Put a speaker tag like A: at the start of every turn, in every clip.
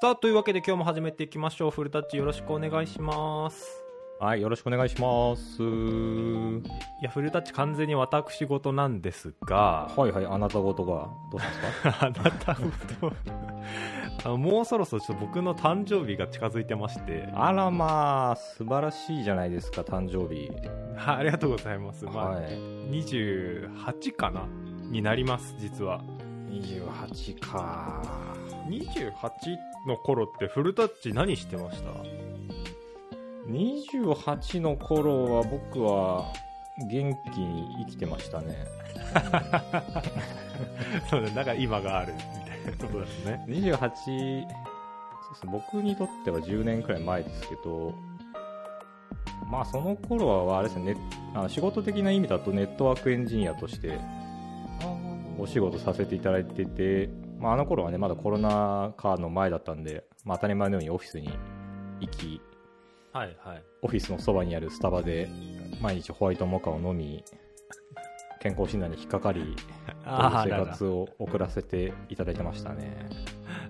A: さあ、というわけで今日も始めていきましょう。フルタッチよろしくお願いします。
B: はい、よろしくお願いします。
A: いや、フルタッチ完全に私事なんですが、
B: はいはい、あなたごとが、どうしたんですか
A: あなたごとあの、もうそろそろちょっと僕の誕生日が近づいてまして、
B: あらまあ、素晴らしいじゃないですか、誕生日。
A: はいありがとうございます。まあ、
B: はい。
A: 28かなになります、実は。
B: 28か。
A: 28の頃ってフルタッチ何してました
B: 28の頃は僕は元気に生きてましたね。
A: そう だ、なんか今があるみたいなことですね。
B: 28、そうですね僕にとっては10年くらい前ですけど、まあその頃はあれですね、ネあの仕事的な意味だとネットワークエンジニアとしてお仕事させていただいてて、まあ、あの頃はねまだコロナ禍の前だったんで、まあ、当たり前のようにオフィスに行き
A: はいはい。
B: オフィスのそばにあるスタバで毎日ホワイトモカを飲み健康診断に引っかかり
A: あ
B: という
A: あ
B: 生活を送らせていただいてましたね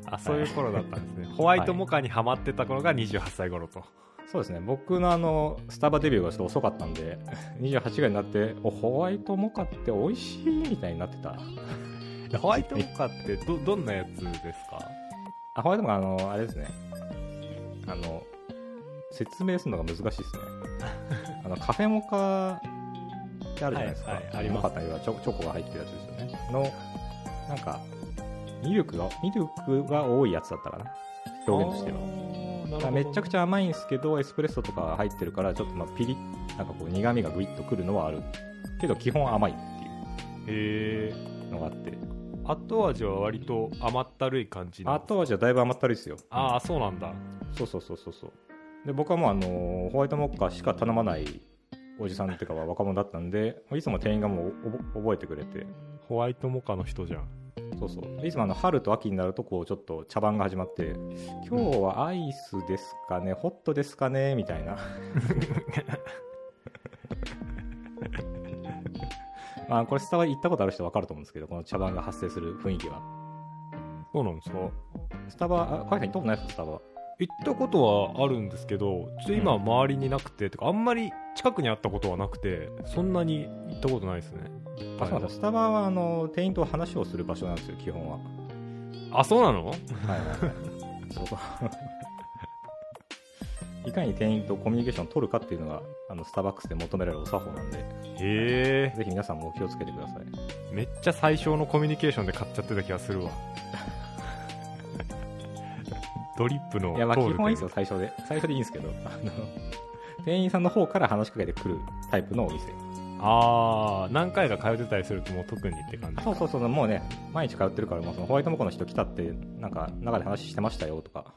A: あそういう頃だったんですね。 ホワイトモカにハマってた頃が28歳頃と。
B: そうですね僕のあのスタバデビューがちょっと遅かったんで28ぐらいになっておホワイトモカって美味しいみたいになってた
A: ホワイトモカってどどんなやつですか
B: あホワイトモカあのあれですねあの説明するのが難し いですねあのカフェモカってあるじゃないですか、
A: はいはいあります
B: モカというかチョチョコが入ってるやつですよねのなんかミルクがミルクが多いやつだったかな表現としてはだから
A: は
B: めちゃくち
A: ゃ。
B: ゃ甘いんですけどエスプレッソとか入ってるからちょっとまあピリッなんかこう苦味がグイッとくるのはあるけど基本甘いって
A: へえ。
B: いうのがあって
A: 後味は割と甘ったるい感じの
B: あとはじゃあだいぶ甘ったるいですよ
A: ああ、そうなんだ。
B: そうそうそうそうそうで僕はもうあのホワイトモッカーしか頼まないおじさんっていうかは若者だったんでいつも店員がもうおぼ覚えてくれて
A: ホワイトモカの人じゃん。
B: そうそうでいつもあの春と秋になるとこうちょっと茶番が始まって「今日はアイスですかねホットですかね」みたいなまあこれスタバ行ったことある人分かると思うんですけどこの茶番が発生する雰囲気は
A: そうなんですか行
B: スタバあ海さん行ったことないですかスタバ
A: ったことはあるんですけど、ちょっと今は周りになくて、とかあんまり近くにあったことはなくて、そんなに行ったことないですね。
B: あそうなんですよスタバはあの店員と話をする場所なんですよ基本は
A: あ、そうなの
B: はいはいはい、そこ いかに店員とコミュニケーションを取るかっていうのがあのスターバックスで求められるお作法なんで
A: へえ
B: ぜひ皆さんも気をつけてください
A: めっちゃ最小のコミュニケーションで買っちゃってた気がする わドリップの
B: いやまあ
A: 通
B: 基
A: る
B: 本はいいですよ最初で最初でいいんですけど あの店員さんの方から話しかけてくるタイプのお店
A: ああ何回か通ってたりするともう特にって感じ
B: そうそうそうもうね毎日通ってるからもうそのホワイトモコの人来たってなんか中で話してましたよとか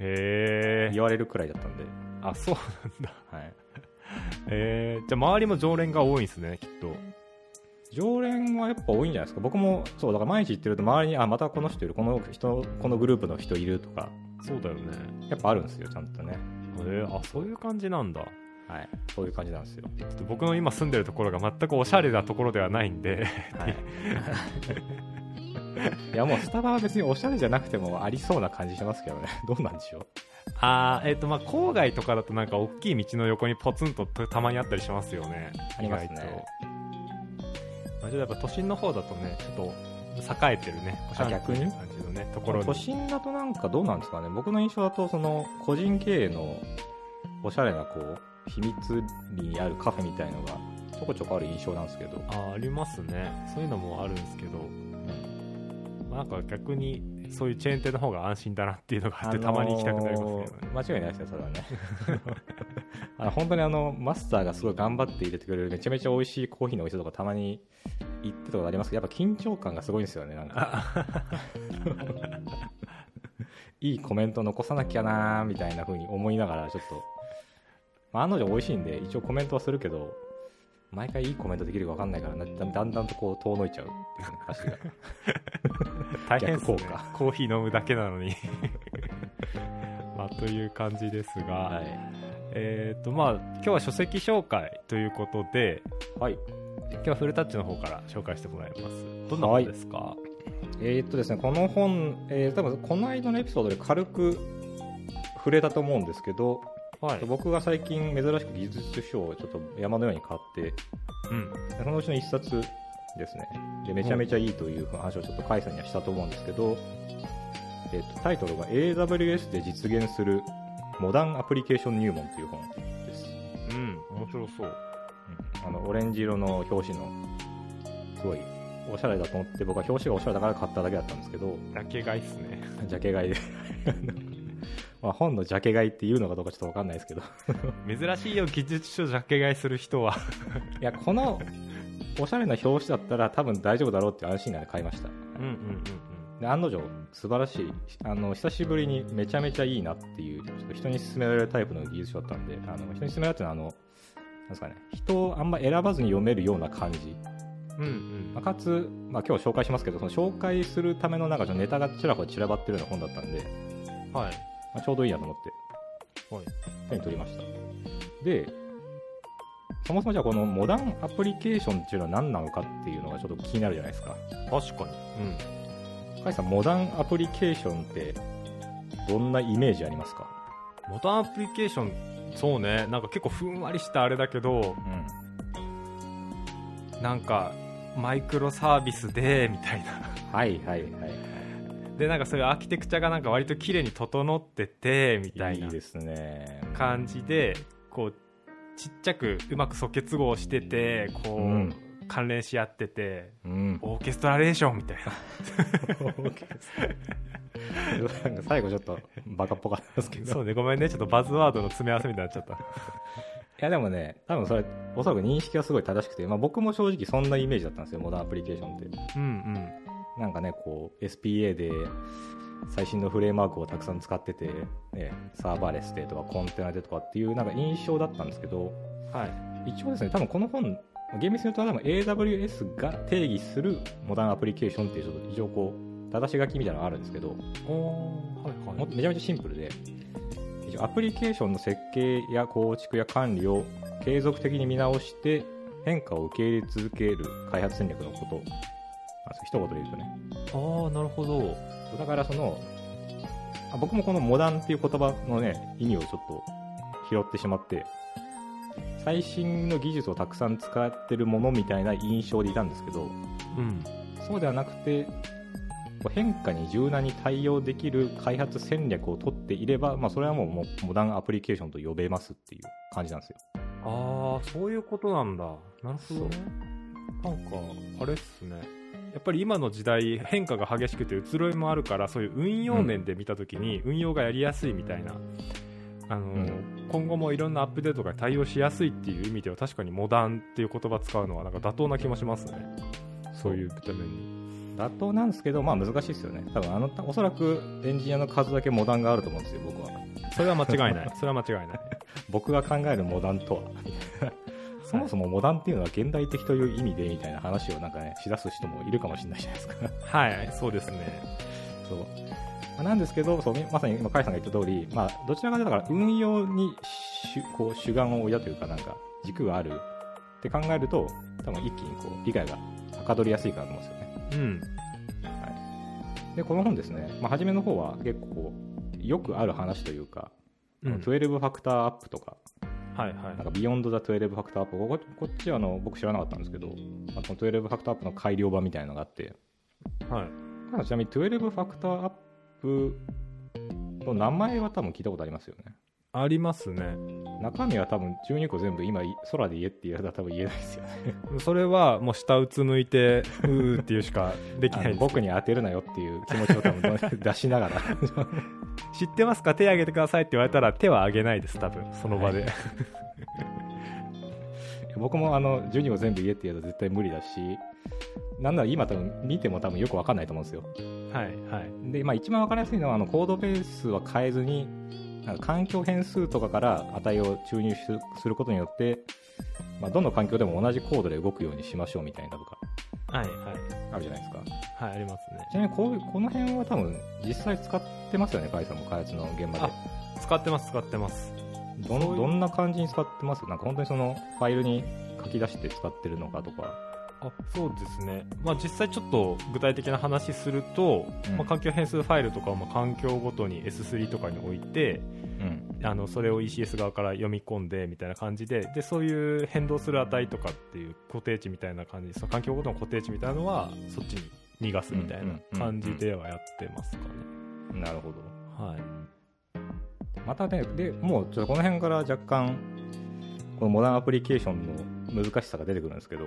A: へえ
B: 言われるくらいだったんで、
A: あそうなんだ
B: はい、
A: えー、じゃあ周りも常連が多いんですねきっと
B: 常連はやっぱ多いんじゃないですか僕もそうだから毎日行ってると周りにあまたこの人いるこの人このグループの人いるとか
A: そうだよね
B: やっぱあるんですよ、ちゃんとね。
A: えー、あそういう感じなんだ
B: はい。そういう感じなんですよ。
A: ちょっと僕の今住んでるところが全くおしゃれなところではないんで
B: はい。 いや、もうスタバは別におしゃれじゃなくてもありそうな感じしますけどね。 どうなんでしょう。
A: ああえっ、とまあ郊外とかだとなんか大きい道の横にポツンとたまにあったりしますよね
B: ありますね。
A: まあ、ちょっとやっぱ都心の方だとね、ちょっと栄えてるね、おしゃれな
B: 逆に
A: 感じのね、ところに。
B: 都心だとなんかどうなんですかね。僕の印象だと、その、個人経営のおしゃれな、こう、秘密裏にあるカフェみたいのが、ちょこちょこある印象なんですけど。
A: あありますね。そういうのもあるんですけど、まあなんか逆に、そういうチェーン店の方が安心だなっていうのがあって、たまに行きたくなりますけどね。
B: ね。間違いないですね、それはね。 あの本当にあのマスターがすごい頑張って入れてくれるめちゃめちゃ美味しいコーヒーのお店とかたまに行ってたことありますけどやっぱ緊張感がすごいんですよねなんか
A: あ
B: いいコメント残さなきゃなーみたいな風に思いながらちょっと、まあ、案の定美味しいんで一応コメントはするけど毎回いいコメントできるか分かんないからなだだんだんとこう遠のいちゃうっていうね話が
A: 大変ですね
B: 逆効果。
A: コーヒー飲むだけなのに。 まあ、という感じですが、
B: はい、
A: えっ、とまあ今日は書籍紹介ということで、
B: はい、
A: 今日はフルタッチの方から紹介してもらいます。どんな本ですか、
B: えーっとですね、この本、えー多分この間のエピソードで軽く触れたと思うんですけど、
A: はい。
B: 僕が最近珍しく技術書をちょっと山のように買って、
A: うん。
B: でそのうちの一冊ですね。で、めちゃめちゃいいという話をちょっと甲斐さんにはしたと思うんですけど、えっと、タイトルが AWS で実現するモダンアプリケーション入門という本です。
A: うん。面白そう。
B: うんあの、オレンジ色の表紙の、すごい、おしゃれだと思って、僕は表紙がおしゃれだから買っただけだったんですけど、
A: だけがいいっすね。
B: ジャケ買いで。まあ本のジャケ買いっていうのかどうかちょっとわかんないですけど。
A: 珍しいよ、技術書ジャケ買いする人は。
B: いや、この、おしゃれな表紙だったら多分大丈夫だろうっていう安心感で買いました。
A: うんうんうん
B: で案の定素晴らしいあの久しぶりにめちゃめちゃいいなっていうちょっと人に勧められるタイプの技術書だったんであの人に勧められたのはあのなんですかね人をあんま選ばずに読めるような感じ、
A: うん。うんう
B: まあ、
A: ん。
B: かつ、まあ、今日紹介しますけどその紹介するためのなんかちょっとネタがちらほら散らばってるような本だったんで、
A: はい。
B: まあ、ちょうどいいなと思って
A: はい。
B: 手に取りましたでそもそもじゃあこのモダンアプリケーションっていうのは何なのかっていうのがちょっと気になるじゃないですか
A: 確かに。うん。
B: 甲斐さんモダンアプリケーションってどんなイメージありますか
A: モダンアプリケーション、そうね。なんか結構ふんわりしたあれだけど、
B: う
A: なんか、マイクロサービスで、みたいな。
B: ん、はいはいはい
A: で、なんかそういうアーキテクチャがなんか割と綺麗に整ってて、みた
B: はいいい
A: ない
B: です ね
A: 感じで、こう、ちっちゃくうまく素結合してて、こう、
B: うん
A: 関連し合ってて、
B: うん
A: オーケストラレーションみたい な。
B: なんか最後ちょっとバカっぽかったですけど
A: そうね、ごめんね。ちょっとバズワードの詰め合わせみたいになっちゃっ
B: いやでもね多分それおそらく認識はすごい正しくて、まあ、僕も正直そんなイメージだったんですよモダンアプリケーションって
A: た。うん
B: なんかねこう SPA で最新のフレームワークをたくさん使ってて、ね、サーバーレスでとかコンテナでとかっていうなんか印象だったんですけど
A: うん。はい。
B: 一応ですね多分この本厳密に言うと多分 AWS が定義するモダンアプリケーションっていうちょっと一応こう正し書きみたいなのがあるんですけど
A: おー、はい
B: もっとめちゃめちゃシンプルで一応アプリケーションの設計や構築や管理を継続的に見直して変化を受け入れ続ける開発戦略のことなんですよ一言で言うとね
A: ああ、なるほど。
B: そうだからそのあ僕もこのモダンっていう言葉のね意味をちょっと拾ってしまって最新の技術をたくさん使ってるものみたいな印象でいたんですけど
A: うん。
B: そうではなくてこう変化に柔軟に対応できる開発戦略を取っていれば、まあ、それはもうもモダンアプリケーションと呼べますっていう感じなんですよ
A: ああ、そういうことなんだ。なるほどね。なんか、あれっすね。やっぱり今の時代変化が激しくて移ろいもあるからそういう運用面で見た時に運用がやりやすいみたいな、あの
B: うん
A: 今後もいろんなアップデートが対応しやすいっていう意味では確かにモダンっていう言葉使うのはなんか妥当な気もしますねそういうために
B: 妥当なんですけどまあ難しいですよね多分あのおそらくエンジニアの数だけモダンがあると思うんですよ僕は
A: それは間違い ないそれは間違いない
B: 僕が考えるモダンとはそもそもモダンっていうのは現代的という意味でみたいな話をなんかねしだす人もいるかもしれないじゃないです か
A: はいそうですね
B: そう、まあなんですけどそうみまさに今甲斐さんが言った通りまあどちらかというとだから運用に主こう主眼を置いたというかなんか軸があるって考えると多分一気にこう理解がはかどりやすいかなと思うんですよね
A: うん
B: でこの本ですね、まあ、初めの方は結構こうよくある話というか、12ファクターアップとか
A: はいはい
B: なんかビヨンド・ザ・12ファクターアップここっちはあの僕知らなかったんですけど、まあ、この12ファクターアップの改良版みたいなのがあって
A: はい
B: ただちなみに12ファクターアップの名前は多分聞いたことありますよね
A: ありますね
B: 中身は多分12個全部今い空で言えって言われたら多分言えないですよね
A: それはもう下うつむいてうーっていうしかでき
B: あ
A: ない
B: の
A: です
B: 僕に当てるなよっていう気持ちを多分出しながら
A: 知ってますか手挙げてくださいって言われたら手は挙げないです多分その場で、
B: 僕もあの12個全部言えって言われたら絶対無理だしなんなら今多分見ても多分よく分かんないと思うんですよ
A: はいはい
B: で、まあ、一番分かりやすいのはあのコードベースは変えずになんか環境変数とかから値を注入しすることによって、まあ、どの環境でも同じコードで動くようにしましょうみたいなとか
A: はいはい
B: あるじゃないですか
A: はいありますね
B: ちなみにこうこの辺は多分実際使ってますよね甲斐さんも開発の現場
A: あ使ってます使ってます
B: でどん
A: そういう
B: どんな感じに使ってますなんか本当にそのファイルに書き出して使ってるのかとか
A: ああそうですね、まあ、実際ちょっと具体的な話すると、
B: うん
A: まあ、環境変数ファイルとかをまあ環境ごとに S3 とかに置いて
B: うん
A: あのそれを ECS 側から読み込んでみたいな感じででそういう変動する値とかっていう固定値みたいな感じその環境ごとの固定値みたいなのはそっちに逃がすみたいな感じではやってますかね。
B: なるほど
A: はい
B: またねでもうちょっとこの辺から若干このモダンアプリケーションの難しさが出てくるんですけど、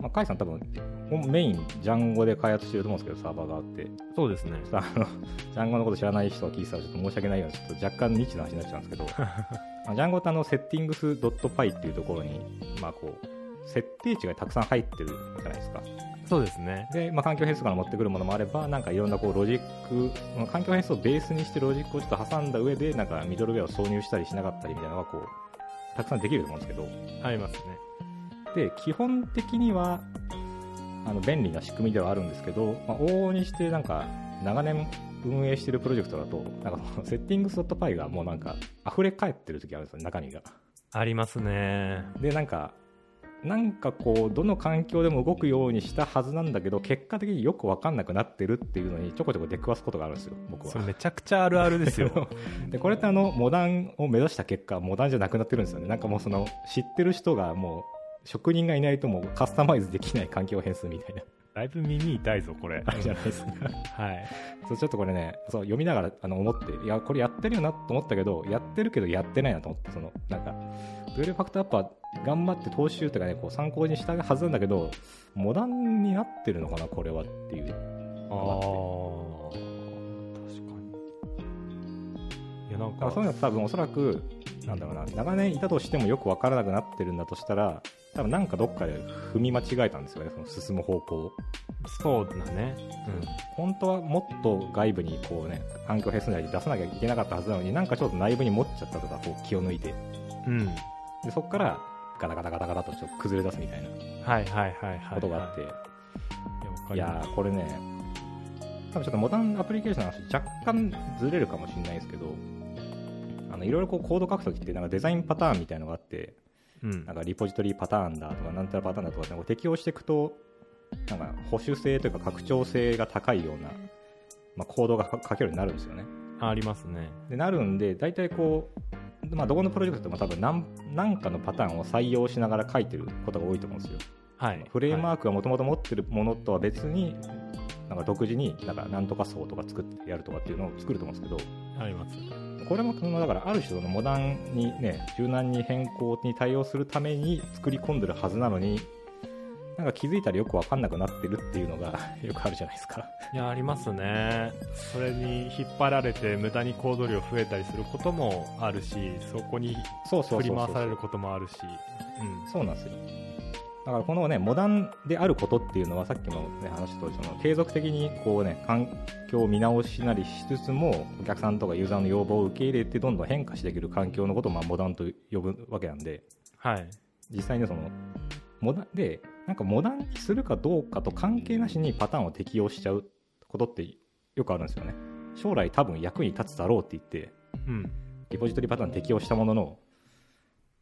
B: まあ、甲斐さん多分ほんメインジャンゴで開発してると思うんですけどサーバーがあって
A: そうですね
B: ちょっとあの、ジャンゴのこと知らない人が聞いてたらちょっと申し訳ないように、ちょっと若干ニッチな話になっちゃうんですけど、まあジャンゴってあの、セッティングス .py っていうところに、まあこう、設定値がたくさん入ってるじゃないですか。
A: そうですね。
B: で、まあ環境変数から持ってくるものもあれば、なんかいろんなこうロジック、まあ環境変数をベースにしてロジックをちょっと挟んだ上で、なんかミドルウェアを挿入したりしなかったりみたいなのがこう、たくさんできると思うんですけど、
A: ありますね。
B: で基本的にはあの便利な仕組みではあるんですけど、まあ、往々にしてなんか長年運営してるプロジェクトだとなんか そのセッティングスドットパイがもうなんか溢れ返ってる時あるんですよ中身が
A: ありますね。
B: でなんかなんかこうどの環境でも動くようにしたはずなんだけど結果的によく分かんなくなってるっていうのにちょこちょこ出くわすことがあるんですよ僕は
A: それめちゃくちゃあるあるです よ。
B: でこれってあのモダンを目指した結果モダンじゃなくなってるんですよねなんかもうその知ってる人がもう職人がいないともうカスタマイズできない環境変数みたいな
A: だいぶ耳痛いぞ、これ。
B: あれじゃないですか
A: はい。
B: そうちょっとこれねそう読みながらあの思っていやこれやってるよなと思ったけどやってるけどやってないなと思ってそのなんかドゥエルファクトアップは頑張って踏襲とかねこう参考にしたはずなんだけどモダンになってるのかなこれはっていう
A: ああ。確かに。いや、なん
B: だか
A: か、
B: らそういうの多分おそらくなんだろうな長年いたとしてもよく分からなくなってるんだとしたら多分なんかどっかで踏み間違えたんですよねその進む方向を
A: そうだね。
B: 本当はもっと外部にこうね環境変数内で出さなきゃいけなかったはずなのになんかちょっと内部に持っちゃったとかこう気を抜いて
A: うん。うん。
B: でそこからガタガタガタガタとちょっと崩れ出すみたいな
A: はいはいはいはい。
B: ことがあって、
A: はい。
B: い
A: いや、わ
B: や
A: かり
B: ーこれね多分ちょっとモダンアプリケーションの話若干ずれるかもしれないですけどあのいろいろこうコード書くときってなんかデザインパターンみたいなのがあって
A: うん
B: なん。かリポジトリパターンだとか、なんたらパターンだとかって、こう適用していくと、なんか保守性というか拡張性が高いような、まあ、コードが書書けるようになるんですよね。
A: ありますね。
B: でなるんで、大体こう、まあ、どこのプロジェクトも多分何、なんかのパターンを採用しながら書いてることが多いと思うんですよ。
A: はい。
B: フレームワ
A: は
B: ークがもともと持ってるものとは別に、なんか独自になんかなんとか層とか作ってやるとかっていうのを作ると思うんですけど、
A: いあります。
B: これもそのだからある種のモダンにね柔軟に変更に対応するために作り込んでるはずなのになんか気づいたらよく分かんなくなってるっていうのが よくあるじゃないですか
A: いや、ありますね。それに引っ張られて、無駄に行動量増えたりすることもあるし、そこに
B: そうそ
A: 振
B: うそう
A: り
B: そう
A: 回されることもあるし。うん。
B: そうなんですよだからこのねモダンであることっていうのはさっきもね話した通りその継続的にこうね環境を見直しなりしつつもお客さんとかユーザーの要望を受け入れてどんどん変化していける環境のことをまあモダンと呼ぶわけなんで
A: はい。
B: 実際にそのモダンでなんかモダンにするかどうかと関係なしにパターンを適用しちゃうことってよくあるんですよね将来多分役に立つだろうって言って
A: うん。
B: リポジトリパターン適用したものの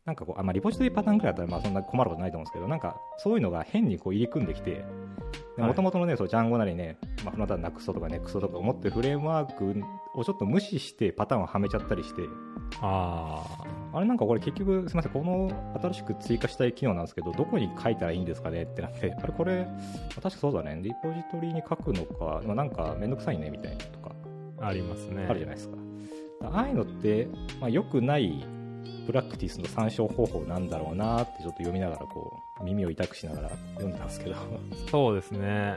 B: なんかこうあ、まあ、リポジトリパターンくらいだったらまあそんな困ることないと思うんですけどなんかそういうのが変にこう入り組んできて
A: はい
B: もともとのね、そうジャンゴなりね、まあ、フロンターナクソとかネクソとか思ってるフレームワークをちょっと無視してパターンをはめちゃったりして
A: ああ。
B: あれなんかこれ結局すみませんこの新しく追加したい機能なんですけどどこに書いたらいいんですかねってなってあれこれ確かそうだねリポジトリに書くのかまあなんかめんどくさいねみたいなとか
A: ありますね。
B: あるじゃないですかああいうのって、まあ、良くないプラクティスの参照方法なんだろうなってちょっと読みながらこう耳を痛くしながら読んでたんですけど
A: そうですね。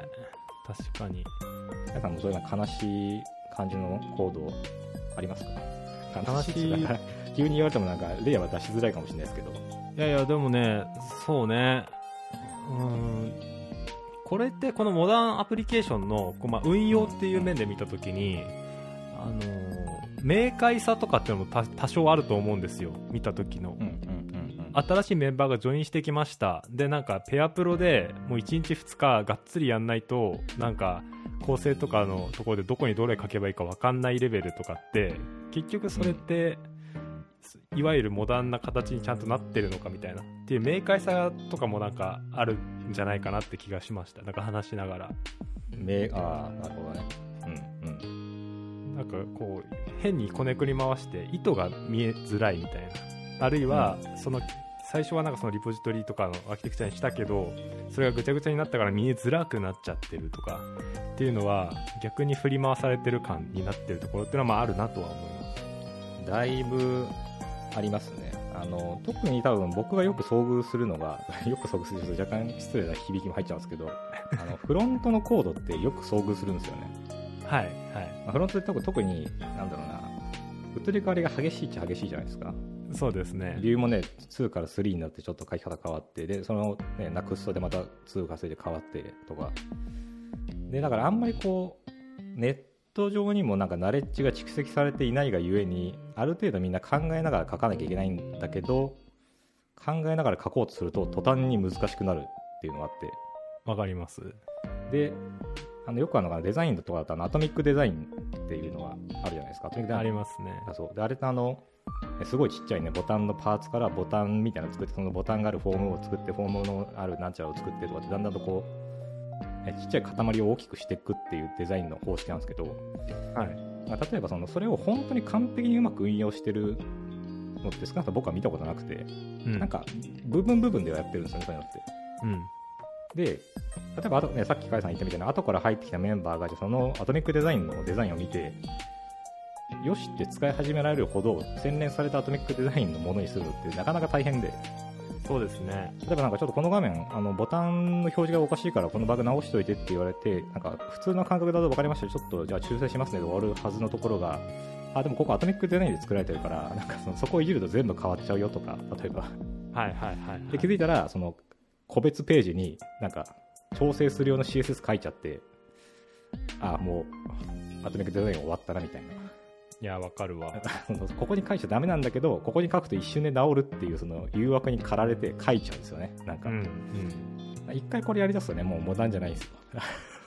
A: 確かに。
B: 皆さんもそういうような悲しい感じの行動ありますか悲しいってなんか 急に言われてもなんか例は出しづらいかもしれないですけど
A: いやいや、でもね、そうね。うーん。これって、このモダンアプリケーションの、こうまあ、運用っていう面で見たときに、あのー明快さとかっていうのも多多少あると思うんですよ。見た時の
B: う。んうんうんうん
A: 新しいメンバーがジョインしてきましたでなんかペアプロでもう1日2日がっつりやんないとなんか構成とかのところでどこにどれ書けばいいか分かんないレベルとかって結局それっていわゆるモダンな形にちゃんとなってるのかみたいなっていう明快さとかもなんかあるんじゃないかなって気がしましたなんか話しながら
B: めああなるほどねうんうん
A: なんかこう変にこねくり回して意図が見えづらいみたいなあるいはその最初はなんかそのリポジトリとかのアーキテクチャにしたけどそれがぐちゃぐちゃになったから見えづらくなっちゃってるとかっていうのは逆に振り回されてる感になってるところっていうのはまああるなとは思います
B: だいぶありますねあの特に多分僕がよく遭遇するのが よく遭遇すると若干失礼な響きも入っちゃうんですけどあのフロントのコードってよく遭遇するんですよね
A: はいは
B: まあフロントって特特になんだろうな移り変わりが激しいっちゃ激しいじゃないですか
A: いそうですね
B: ビューもね2から3になってちょっと書き方変わってでその、ね、なくすとでまた2が稼いで変わってとかでだからあんまりこうネット上にもなんかナレッジが蓄積されていないがゆえにある程度みんな考えながら書かなきゃいけないんだけど考えながら書こうとすると途端に難しくなるっていうのがあって
A: わかります
B: であのよくあるのがデザインとかだとあのアトミックデザインっていうのがあるじゃないですかアトミックデザイン
A: ありますね
B: あそうであれってあのえすごいちっちゃいねボタンのパーツからボタンみたいなの作ってそのボタンがあるフォームを作ってフォームのあるなんちゃらを作ってとかってだんだんとこうえちっちゃい塊を大きくしていくっていうデザインの方式なんですけど、
A: はい
B: まあ例えばそのそれを本当に完璧にうまく運用してるのって少なくとも僕は見たことなくて、
A: うん
B: なんか部分部分ではやってるんですよねそういうのって。
A: うん
B: で例えばあと、ね、さっき甲斐さん言ったみたいな後から入ってきたメンバーがじゃあそのアトミックデザインのデザインを見てよしって使い始められるほど洗練されたアトミックデザインのものにするのってなかなか大変で
A: そうですね
B: 例えばなんかちょっとこの画面あのボタンの表示がおかしいからこのバグ直しといてって言われてなんか普通の感覚だと分かりましたちょっとじゃあ修正しますねで終わるはずのところがあでもここアトミックデザインで作られてるからなんかそのそこをいじると全部変わっちゃうよとか例えば
A: はいはいはい、はい、
B: で気づいたらその個別ページになんか調整する用の CSS 書いちゃってあもうアトミックデザイン終わったなみたいな
A: いやわかるわ
B: そのここに書いちゃダメなんだけどここに書くと一瞬で治るっていうその誘惑に駆られて書いちゃうんですよねなん
A: う
B: か
A: んうん
B: 一、回これやりだすとねもうモダンじゃないんですよ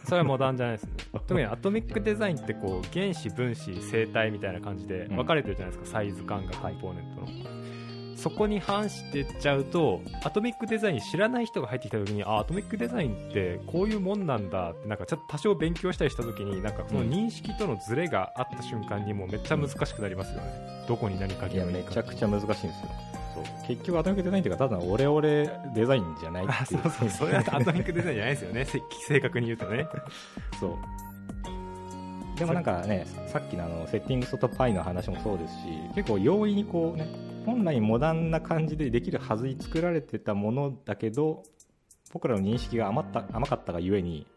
A: それはモダンじゃないですね特にアトミックデザインってこう原子分子生体みたいな感じで分かれてるじゃないですか、サイズ感がコンポーネントの、そこに反してっちゃうとアトミックデザイン知らない人が入ってきた時にあアトミックデザインってこういうもんなんだってなんかちょっと多少勉強したりした時になんかその認識とのズレがあった瞬間にもうめっちゃ難しくなりますよね、どこに何書
B: い
A: け
B: や
A: ばい
B: め
A: いか
B: ちゃくちゃ難しいんですよそう結局アトミックデザインっていうかただのオレオレデザインじゃない
A: あ
B: ってい
A: そううそうそれはアトミックデザインじゃないですよねせ正確に言うと ね
B: そうでもなんかねさっきのあのセッティングスとパイの話もそうですし結構容易にこうね本来モダンな感じでできるはずに作られてたものだけど僕らの認識が甘った甘かったがゆえに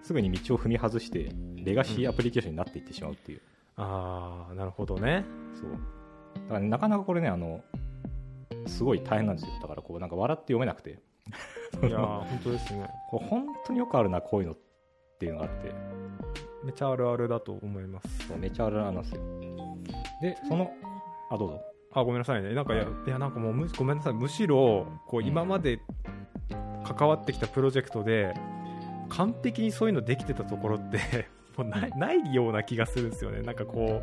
B: すぐに道を踏み外してレガシーアプリケーションになっていってしまうっていう、
A: ああなるほどね
B: そうだから、ね、なかなかこれねあのすごい大変なんですよだからこうなんか笑って読めなくて
A: いやー本当ですね
B: これ本当によくあるなこういうのっていうのがあって
A: めちゃあるあるだと思います
B: そうめちゃあるあるなんですよでそのあどうぞ
A: あごめんなさいねなんかいや,、、
B: はい
A: やなんかもうむごめんなさいむしろこう
B: うん
A: 今まで関わってきたプロジェクトで完璧にそういうのできてたところって もうないないような気がするんですよねなんかこう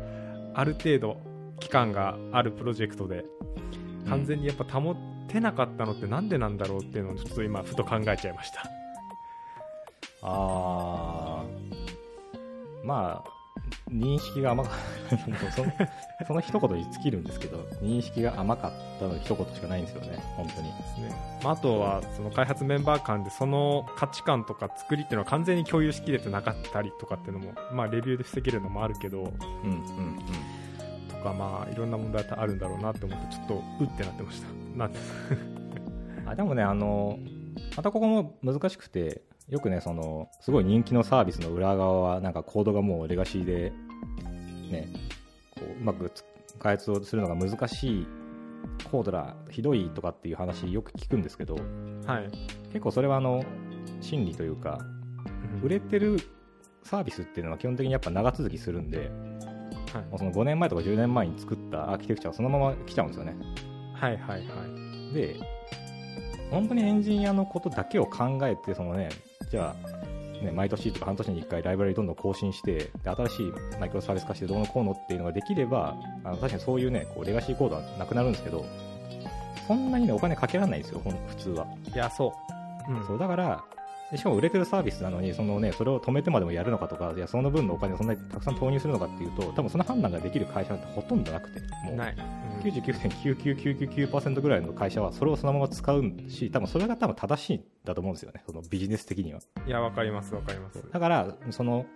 A: ある程度期間があるプロジェクトで完全にやっぱ保てなかったのってなんでなんだろうっていうのをちょっと今ふと考えちゃいました
B: あーまあ認識が甘かった そのその一言に尽きるんですけど認識が甘かったの一言しかないんですよね本当に
A: ですね、まあ、あとはその開発メンバー間でその価値観とか作りっていうのは完全に共有しきれてなかったりとかっていうのも、まあ、レビューで防げるのもあるけど
B: うんうんうん
A: とかまあいろんな問題があるんだろうなって思ってちょっとうってなってましたなんです
B: あでもねあのまたここも難しくてよくねそのすごい人気のサービスの裏側はなんかコードがもうレガシーでねこううまくつ開発をするのが難しいコードだひどいとかっていう話よく聞くんですけど
A: はい、
B: 結構それはあの心理というか売れてるサービスっていうのは基本的にやっぱ長続きするんで
A: はい
B: もうその5年前とか10年前に作ったアーキテクチャがそのまま来ちゃうんですよね
A: はいはいはい
B: で本当にエンジニアのことだけを考えてそのねじゃあね、毎年とか半年に1回ライブラリどんどん更新してで新しいマイクロサービス化してどうのこうのっていうのができればあの確かにそういうねこうレガシーコードはなくなるんですけどそんなにねお金かけられないんですよほん普通は、
A: いや、そう。うん、
B: そうだからでしかも売れてるサービスなのにその、ね、それを止めてまでもやるのかとかいやその分のお金をそんなにたくさん投入するのかっていうと多分その判断ができる会社なんてほとんどなくてもう
A: ない。うん
B: 99.99999%ぐらいの会社はそれをそのまま使うし多分それが多分正しいんだと思うんですよねそのビジネス的にはい
A: や、わかります、わかります。
B: だからその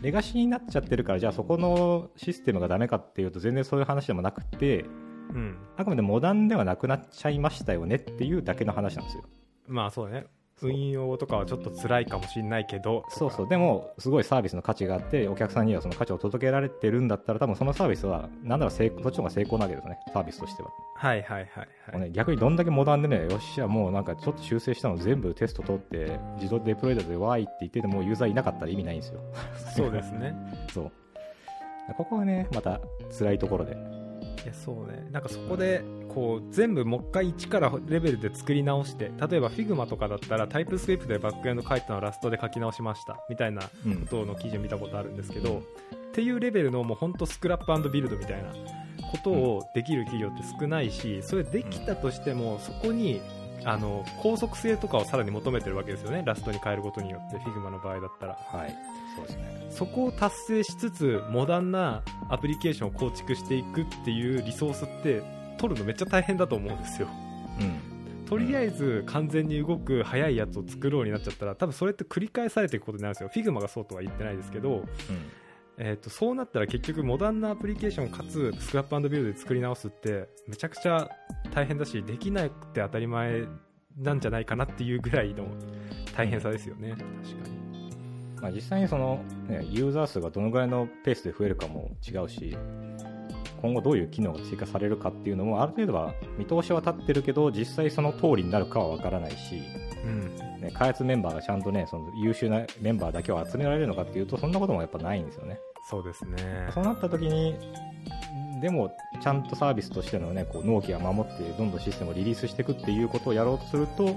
B: レガシーになっちゃってるからじゃあそこのシステムがダメかっていうと全然そういう話でもなくて
A: うん。
B: あくまでモダンではなくなっちゃいましたよねっていうだけの話なんですよ
A: まあ、そうね。
B: そう
A: 運用とかはちょっと辛いかもしれないけど、。
B: そうそううでもすごいサービスの価値があってお客さんにはその価値を届けられてるんだったら多分そのサービスはなんなら成功そっちの方が成功なわけですねサービスとしては
A: はいはいはい
B: もう
A: はい。
B: ね、逆にどんだけモダンでね、よっしゃ、もうなんかちょっと修正したの全部テスト取って、自動デプロイだでわーいって言ってても、ユーザーいなかったら意味ないんですよ。
A: そうですね。
B: そう。ここはね、また辛いところで。
A: いやそうねなんかそこでこう全部もう一回一からレベルで作り直して例えば Figma とかだったらタイプスクリプトでバックエンド書いたのをラストで書き直しましたみたいなこ
B: うん。
A: との記事を見たことあるんですけどっていうレベルのもうほんとスクラップビルドみたいなことをできる企業って少ないしそれできたとしてもそこにあの高速性とかをさらに求めてるわけですよねラストに変えることによって Figma の場合だったら
B: はい。そうですね。
A: そこを達成しつつモダンなアプリケーションを構築していくっていうリソースって取るのめっちゃ大変だと思うんですよ
B: うん。
A: とりあえず完全に動く早いやつを作ろうになっちゃったら多分それって繰り返されていくことになるんですよ Figma がそうとは言ってないですけど、えー、とそうなったら結局モダンなアプリケーションかつスクラップビルドで作り直すってめちゃくちゃ大変だしできなくて当たり前なんじゃないかなっていうぐらいの大変さですよね確かに
B: うん。まあ実際にその、ね、ユーザー数がどのぐらいのペースで増えるかも違うし、今後どういう機能が追加されるかっていうのも、ある程度は見通しは立ってるけど、実際その通りになるかはわからないし、
A: うん
B: ね、開発メンバーがちゃんとね、その優秀なメンバーだけを集められるのかっていうと、そんなこともやっぱないんですよね。
A: そうですね
B: そうなった時に、でも、ちゃんとサービスとしてのね、こう、納期は守って、どんどんシステムをリリースしていくっていうことをやろうとすると、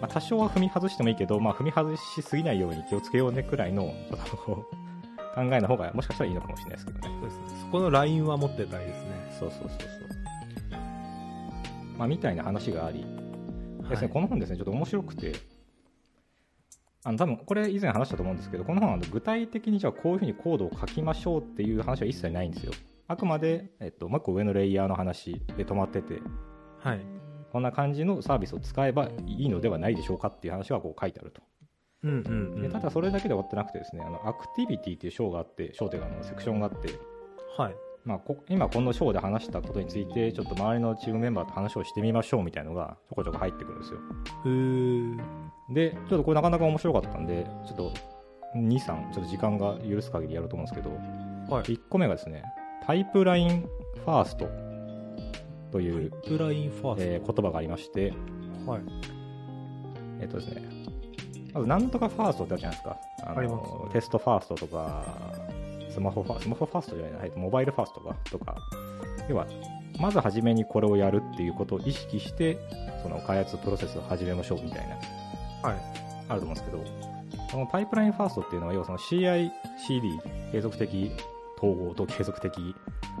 B: まあ、多少は踏み外してもいいけど、まあ、踏み外しすぎないように気をつけようねくらいの、ちょっとこう考えの方が、もしかしたらいいのかもしれないですけどね。
A: そうですねそこのラインは持ってたいですね。
B: そうそうそうそう。まあ、みたいな話があり、ですね、この本ですね、ちょっと面白くて、あの多分これ以前話したと思うんですけど、この本はあの具体的にじゃあこういうふうにコードを書きましょうっていう話は一切ないんですよ。あくまで、えっと、もう一個上のレイヤーの話で止まってて、
A: はい。
B: こんな感じのサービスを使えばいいのではないでしょうかっていう話がこう書いてあると。
A: うんうん、う
B: で
A: ん。
B: ただそれだけで終わってなくてですね、あのアクティビティっていう章があって、章というかあのセクションがあって、
A: はい。
B: まあ、こ今この章で話したことについて、ちょっと周りのチームメンバーと話をしてみましょうみたいなのがちょこちょこ入ってくるんですよ。
A: うー
B: で、ちょっとこれなかなか面白かったんで、ちょっと2、3、ちょっと時間が許す限りやろうと思うんですけど、
A: はい。
B: 1個目がですね、パイプラインファーストという、
A: パイプラインファースト。
B: えー言葉がありまして、
A: はい。
B: えっとですね、まずなんとかファーストってあるじゃないですか。あの
A: あります
B: テストファーストとか、スマホファースト、スマホファーストじゃないな、はいモバイルファーストか、とか、要は、まず初めにこれをやるっていうことを意識して、その開発プロセスを始めましょうみたいな
A: はい。
B: あると思うんですけど、このパイプラインファーストっていうのは、要はその CI、CD、継続的統合と継続的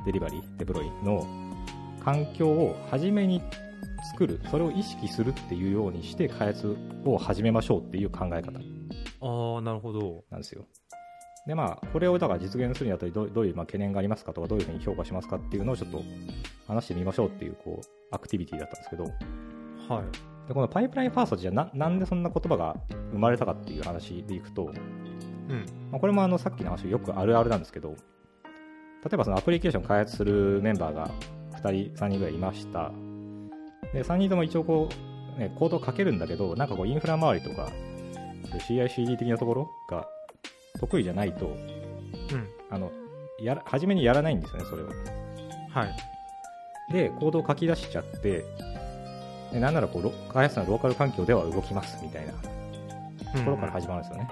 B: デリバリー、デプロイの環境を初めに作る、それを意識するっていうようにして開発を始めましょうっていう考え方
A: ああ、なるほど。
B: なんですよ。で、まあ、これをだから実現するにあたりどう、どういうまあ懸念がありますかとか、どういうふうに評価しますかっていうのをちょっと話してみましょうっていう、こう、アクティビティだったんですけど、
A: はい。
B: でこのパイプラインファーストじゃななんでそんな言葉が生まれたかっていう話でいくと、
A: うん。
B: まあ、これもあのさっきの話よくあるあるなんですけど例えばそのアプリケーション開発するメンバーが2人3人ぐらいいましたで3人とも一応こう、ね、コードを書けるんだけどなんかこうインフラ周りとかそういう CICD 的なところが得意じゃないと
A: うん。
B: あのやら初めにやらないんですよねそれを
A: はい。
B: でコードを書き出しちゃってでなんならこうロ開発者のローカル環境では動きますみたいなところから始まるんですよね。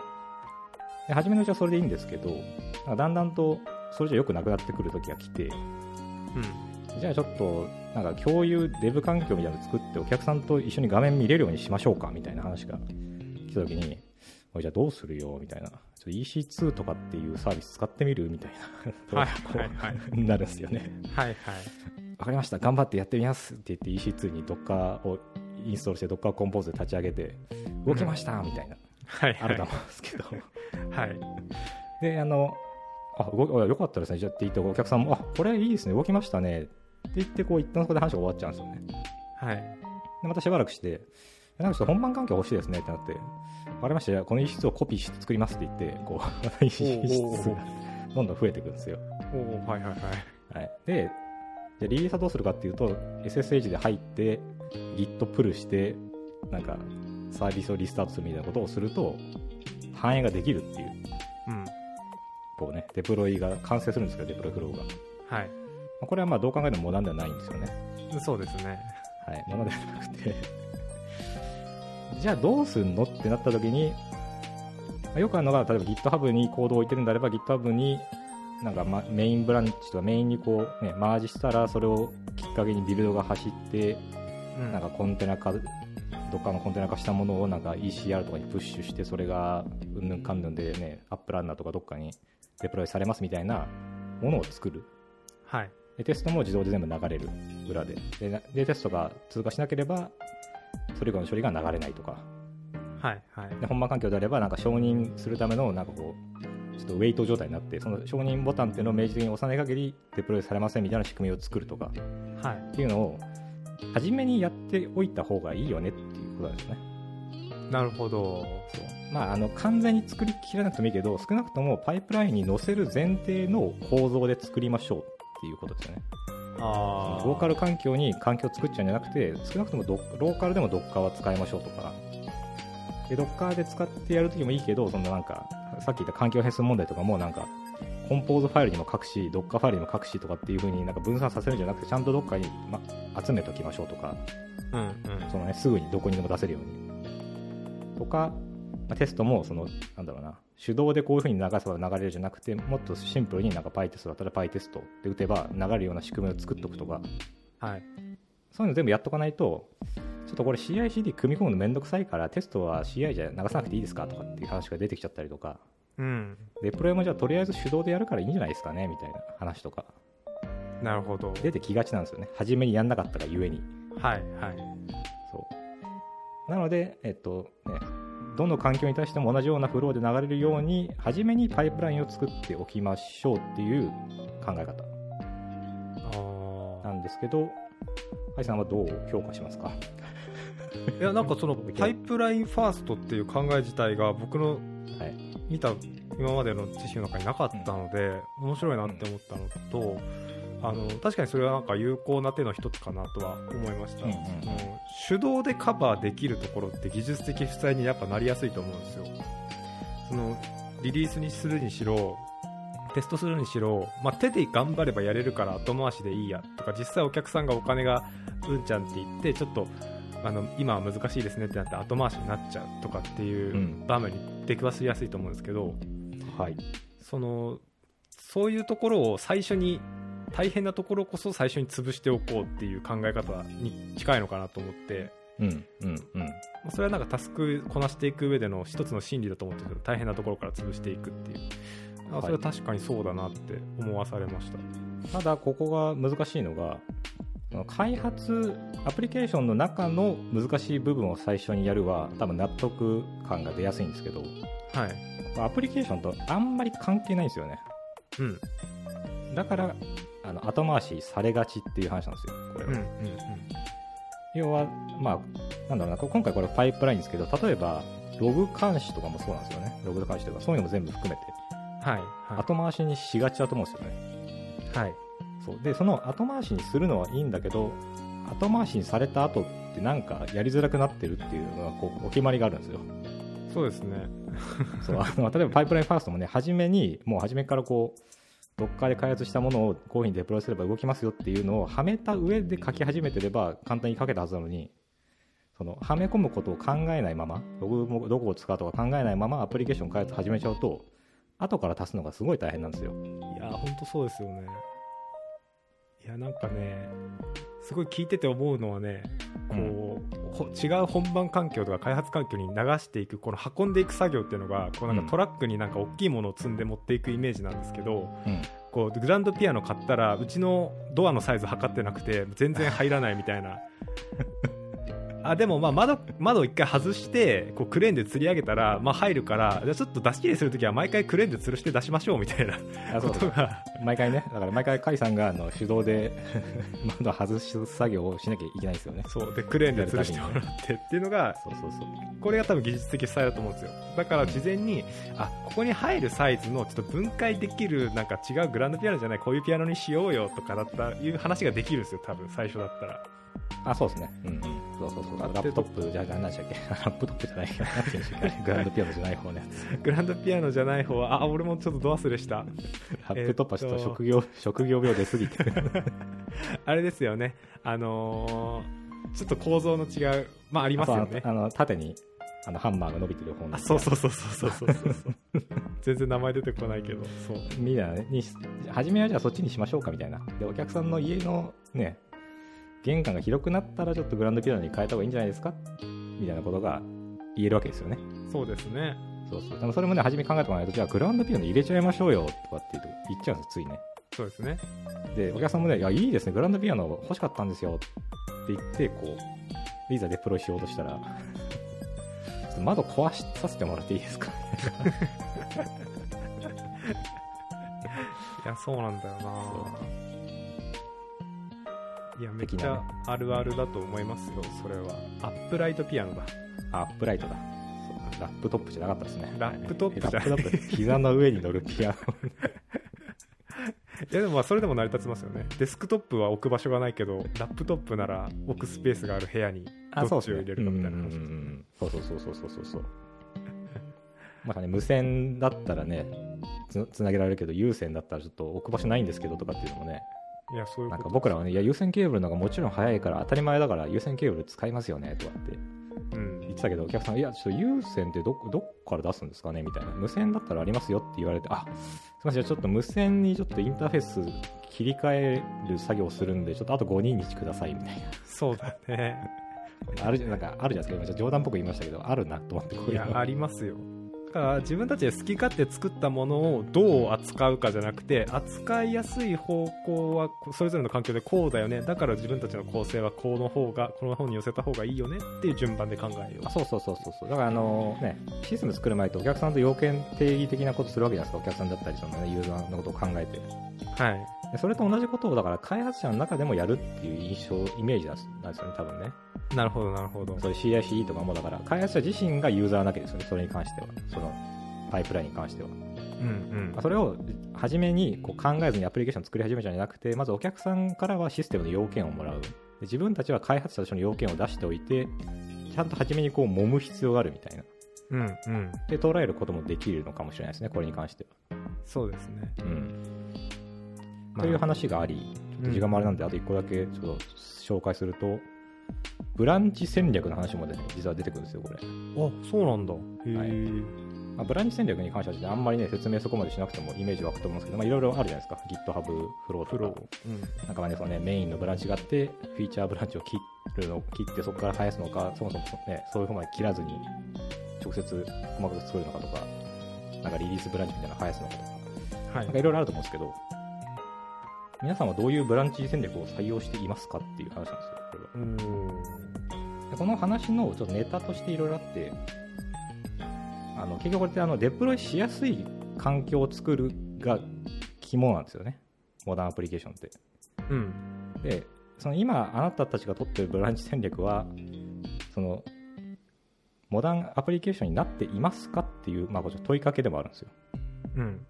B: で初めのうちはそれでいいんですけど、なんかだんだんとそれじゃ良くなくなってくる時が来て、
A: まる。
B: じゃあちょっとなんか共有デブ環境みたいなの作ってお客さんと一緒に画面見れるようにしましょうかみたいな話が来た時に、おいじゃあどうするよみたいな。ちょっと EC2 とかっていうサービス使ってみるみたいな。
A: はいはいはい
B: こう なるんですよね。
A: はいはい。
B: わかりました。頑張ってやってみますって言って EC2 に Docker をインストールして Docker コンポーズで立ち上げて、動きましたみたいな。
A: はいは
B: あ
A: い。
B: ると思うんですけど。
A: はい。
B: で、あの、あ、動きあよかったですね。じゃあって言ってお客さんも、あ、これいいですね。動きましたね。って言って、こう、一旦そこで話が終わっちゃうんですよね。
A: はい。
B: で、またしばらくして、なんかちょっと本番環境欲しいですねってなって、わかりました、じゃあこの一室をコピーして作りますって言って、こう、また 一室
A: おうおうおう
B: がどんどん増えていくんですよ。
A: おおはいはいはい。
B: はい。で、じゃあリリースはどうするかっていうと、SSH で入って、Git プルして、なんか、サービスをリスタートするみたいなことをすると、反映ができるっていう、
A: うん。
B: こうね、デプロイが完成するんですけど、デプロイフローが。ま
A: はい。
B: あこれはまあどう考えてもモダンではないんですよね。
A: そうですね。
B: はい、ものではなくて じゃあどうすんのってなった時にまあよくあるのが例えば GitHub にコードを置いてるんであれば GitHub になんか、ま、メインブランチとかメインにこう、ね、マージしたらそれをきっかけにビルドが走って
A: うん。
B: なんかコンテナ化どっかのコンテナ化したものをなんか ECR とかにプッシュしてそれがうんぬんかんぬんでねアップランナーとかどっかにデプロイされますみたいなものを作る
A: はい。
B: でテストも自動で全部流れる裏ででなでテストが通過しなければそれ以外の処理が流れないとか
A: はいはい。
B: で本番環境であればなんか承認するためのなんかこうちょっとウェイト状態になってその承認ボタンっていうのを明示的に押さない限りデプロイされませんみたいな仕組みを作るとかっ
A: はい。
B: ていうのを初めにやっておいた方がいいよねっていうことなんですね
A: なるほど。
B: そうまああの完全に作りきらなくてもいいけど少なくともパイプラインに載せる前提の構造で作りましょうっていうことですよね
A: ああ。
B: ローカル環境に環境を作っちゃうんじゃなくて、少なくともドローカルでも Docker は使いましょうとか、で Docker で使ってやるときもいいけど、そんななんか、さっき言った環境変数問題とかも、なんか、コンポーズファイルにも書くし、Docker ファイルにも書くしとかっていう風になんか分散させるんじゃなくて、ちゃんとどっかに、ま、集めときましょうとか、
A: うんうん。
B: そのね、すぐにどこにでも出せるように。とか、まあテストも、その、なんだろうな、手動でこういう風に流せば流れるじゃなくて、もっとシンプルになんか PyTest だったら PyTest って打てば流れるような仕組みを作っとくとか、
A: はい。
B: そういうの全部やっとかないと、ちょっとこれ CICD 組み込むのめんどくさいから、テストは CI じゃ流さなくていいですかとかっていう話が出てきちゃったりとか、
A: うん。
B: デプロイもじゃあとりあえず手動でやるからいいんじゃないですかねみたいな話とか、
A: なるほど。
B: 出てきがちなんですよね。初めにやんなかったがゆえに。
A: はいはい。
B: そう。なので、えっとね、どの環境に対しても同じようなフローで流れるように、初めにパイプラインを作っておきましょうっていう考え方
A: あ
B: なんですけど、ハイさんはどう評価しますか
A: あ。いや、なんかその、パイプラインファーストっていう考え自体が、僕の
B: はい。
A: 見た今までの知識の中になかったので、面白いなって思ったのと、あの確かにそれはなんか有効な手の一つかなとは思いました、
B: うんうん
A: その手動でカバーできるところって技術的負債にやっぱなりやすいと思うんですよそのリリースにするにしろテストするにしろ、まあ、手で頑張ればやれるから後回しでいいやとか実際お客さんがお金がうんちゃんって言ってちょっとあの今は難しいですねってなって後回しになっちゃうとかっていう
B: うん
A: 場面に出くわしやすいと思うんですけど、
B: はい。
A: そのそういうところを最初に大変なところこそ最初に潰しておこうっていう考え方に近いのかなと思って
B: うん、うん、うん。
A: まあそれはなんかタスクこなしていく上での一つの心理だと思ってるけど大変なところから潰していくっていうあ
B: はい
A: それは確かにそうだなって思わされました、
B: ただここが難しいのがその開発アプリケーションの中の難しい部分を最初にやるは多分納得感が出やすいんですけど
A: はい、
B: アプリケーションとあんまり関係ないんですよね
A: うん
B: だからあの後回しされがちっていう話なんですよこれ
A: うんう
B: は、
A: んうん
B: 要はまあなんだろうなこ今回これパイプラインですけど例えばログ監視とかもそうなんですよねログ監視とかそういうのも全部含めて
A: はいは
B: 後回しにしがちだと思うんですよね
A: いはい
B: そうでその後回しにするのはいいんだけど後回しにされた後ってなんかやりづらくなってるっていうのがこうお決まりがあるん ですよ
A: そうですね
B: そうあの例えばパイプラインファーストもね初めにもう初めからこうどっかで開発したものをこういうふうにデプロイすれば動きますよっていうのをはめた上で書き始めてれば簡単に書けたはずなのにそのはめ込むことを考えないままログもどこを使うとか考えないままアプリケーション開発始めちゃうと後から足すのがすごい大変なんですよ
A: いや本当そうですよねいやなんかねすごい聞いてて思うのはねこう、ほ違う本番環境とか開発環境に流していくこの運んでいく作業っていうのがこうなん
B: う
A: か
B: ん
A: トラックになんか大きいものを積んで持っていくイメージなんですけど、
B: うん
A: こうグランドピアノ買ったらうちのドアのサイズ測ってなくて全然入らないみたいなあでもまあ窓窓一回外してこうクレーンで吊り上げたら、まあ、入るからじゃあちょっと出し切りするときは毎回クレーンで吊るして出しましょうみたいな
B: あそ
A: こ
B: うそ
A: と
B: う
A: が
B: 毎回ね、だから毎回、甲斐さんがあの手動で 窓外す作業をしなきゃいけないですよね。
A: そうでクレーンで吊るしてもらってっていうのが
B: そうそうそう。
A: これが多分技術的負債だと思うんですよだから事前にあここに入るサイズのちょっと分解できるなんか違うグランドピアノじゃないこういうピアノにしようよとかだったいう話ができるんですよ多分最初だったら
B: あ、そうですね。うんうん。そうそうそう。ラップトップじゃ、何でしたっけ ラップトップじゃないかなんていうんでしたっ けグランドピアノじゃない方ね。
A: グランドピアノじゃない方はあ俺もちょっとド忘れした
B: ラップトップはちょっと職業、職業病出すぎて。
A: あれですよねあのーちょっと構造の違うまあありますよね
B: あとあの、あの縦に、あの、ハンマーが伸びてる方の
A: あそうそうそうそうそうそうそう全然名前出てこないけどそう
B: みたいなねにし初めはじゃあそっちにしましょうかみたいなでお客さんの家のね玄関が広くなったらちょっとグランドピアノに変えた方がいいんじゃないですかみたいなことが言えるわけですよね
A: そうですね
B: そうそうでもそれもね初め考えてもらえるとじゃあグランドピアノ入れちゃいましょうよとかって言うと言っちゃうんですよついね
A: そうですね
B: でお客さんもねいやいいですねグランドピアノ欲しかったんですよって言ってこういざデプロイしようとしたらちょっと窓壊しさせてもらっていいですか
A: いやそうなんだよ
B: そ
A: ないやめっちゃあるあるだと思いますよそれはアップライトピアノだ
B: あアップライトだそうかラップトップじゃなかったですね
A: ラップトップじゃない
B: ラップトップ膝の上に乗るピアノ
A: いやでもまあそれでも成り立ちますよねデスクトップは置く場所がないけどラップトップなら置くスペースがある部屋にどっちを入れるかみたいな話
B: うんうんうんそうそうそうそうそうそうそうまあね無線だったらねつつなげられるけど有線だったらちょっと置く場所ないんですけどとかっていうのもね
A: いやそういう
B: な
A: こ
B: ん
A: と
B: か僕らはねいや有線ケーブルの方がもちろん早いから当たり前だから有線ケーブル使いますよねとかって
A: うん
B: 言ってたけどお客さんいやちょっと有線ってどこどこから出すんですかねみたいな無線だったらありますよって言われてあすいませんちょっと無線にちょっとインターフェース切り替える作業をするんでちょっとあと5人にしてくださいみたい
A: そうだね
B: なあるじゃなんかあるじゃないですか今ちょっと冗談っぽく言いましたけどあるなと思ってこう
A: い
B: いう
A: や
B: の
A: ありますよだから自分たちで好き勝手作ったものをどう扱うかじゃなくて扱いやすい方向はそれぞれの環境でこうだよねだから自分たちの構成はこの方がこの方に寄せた方がいいよねっていう順番で考えよう
B: あそうそうそうそうそうだからあのねシステム作る前ってお客さんと要件定義的なことするわけじゃないですかお客さんだったりその、ね、ユーザーのことを考えて
A: はい
B: でそれと同じことをだから開発者の中でもやるっていう印象イメージなんですなんですよね多分ね
A: なるほどなるほど
B: そういう CICD とかもだから開発者自身がユーザーなわけですよねそれに関してはそのパイプラインに関しては
A: うんうん
B: それを初めにこう考えずにアプリケーション作り始めたんじゃなくてまずお客さんからはシステムの要件をもらうで自分たちは開発者としての要件を出しておいてちゃんと初めにこう揉む必要があるみたいな
A: うんうん
B: で捉えることもできるのかもしれないですねこれに関して
A: そうですね
B: は、うんという話がありちょっと時間もあれなんであと1個だけちょっと紹介するとブランチ戦略の話もね実は出てくるんですよこれ
A: あそうなんだへえ、
B: はいまあ、ブランチ戦略に関してはですね、あんまりね、説明そこまでしなくてもイメージ湧くと思うんですけど、まあ、いろいろあるじゃないですか。GitHub フロー
A: プロ
B: とか。
A: うん
B: なんかまあね、そのね、メインのブランチがあって、フィーチャーブランチを切るの、切ってそこから生やすのか、そもそもね、そういうふうまで切らずに、直接細かく作るのかとか、なんかリリースブランチみたいなの生やすのかとか、
A: は
B: なんか
A: い
B: いろいろあると思うんですけど、皆さんはどういうブランチ戦略を採用していますかっていう話なんですよ、これは。
A: うん
B: でこの話のちょっとネタとしていろいろあってあの結局これってあのデプロイしやすい環境を作るが肝なんですよねモダンアプリケーションって
A: うん
B: でその今あなたたちが取ってるブランチ戦略はそのモダンアプリケーションになっていますかっていう、まあ、これちょっと問いかけでもあるんですよ
A: うん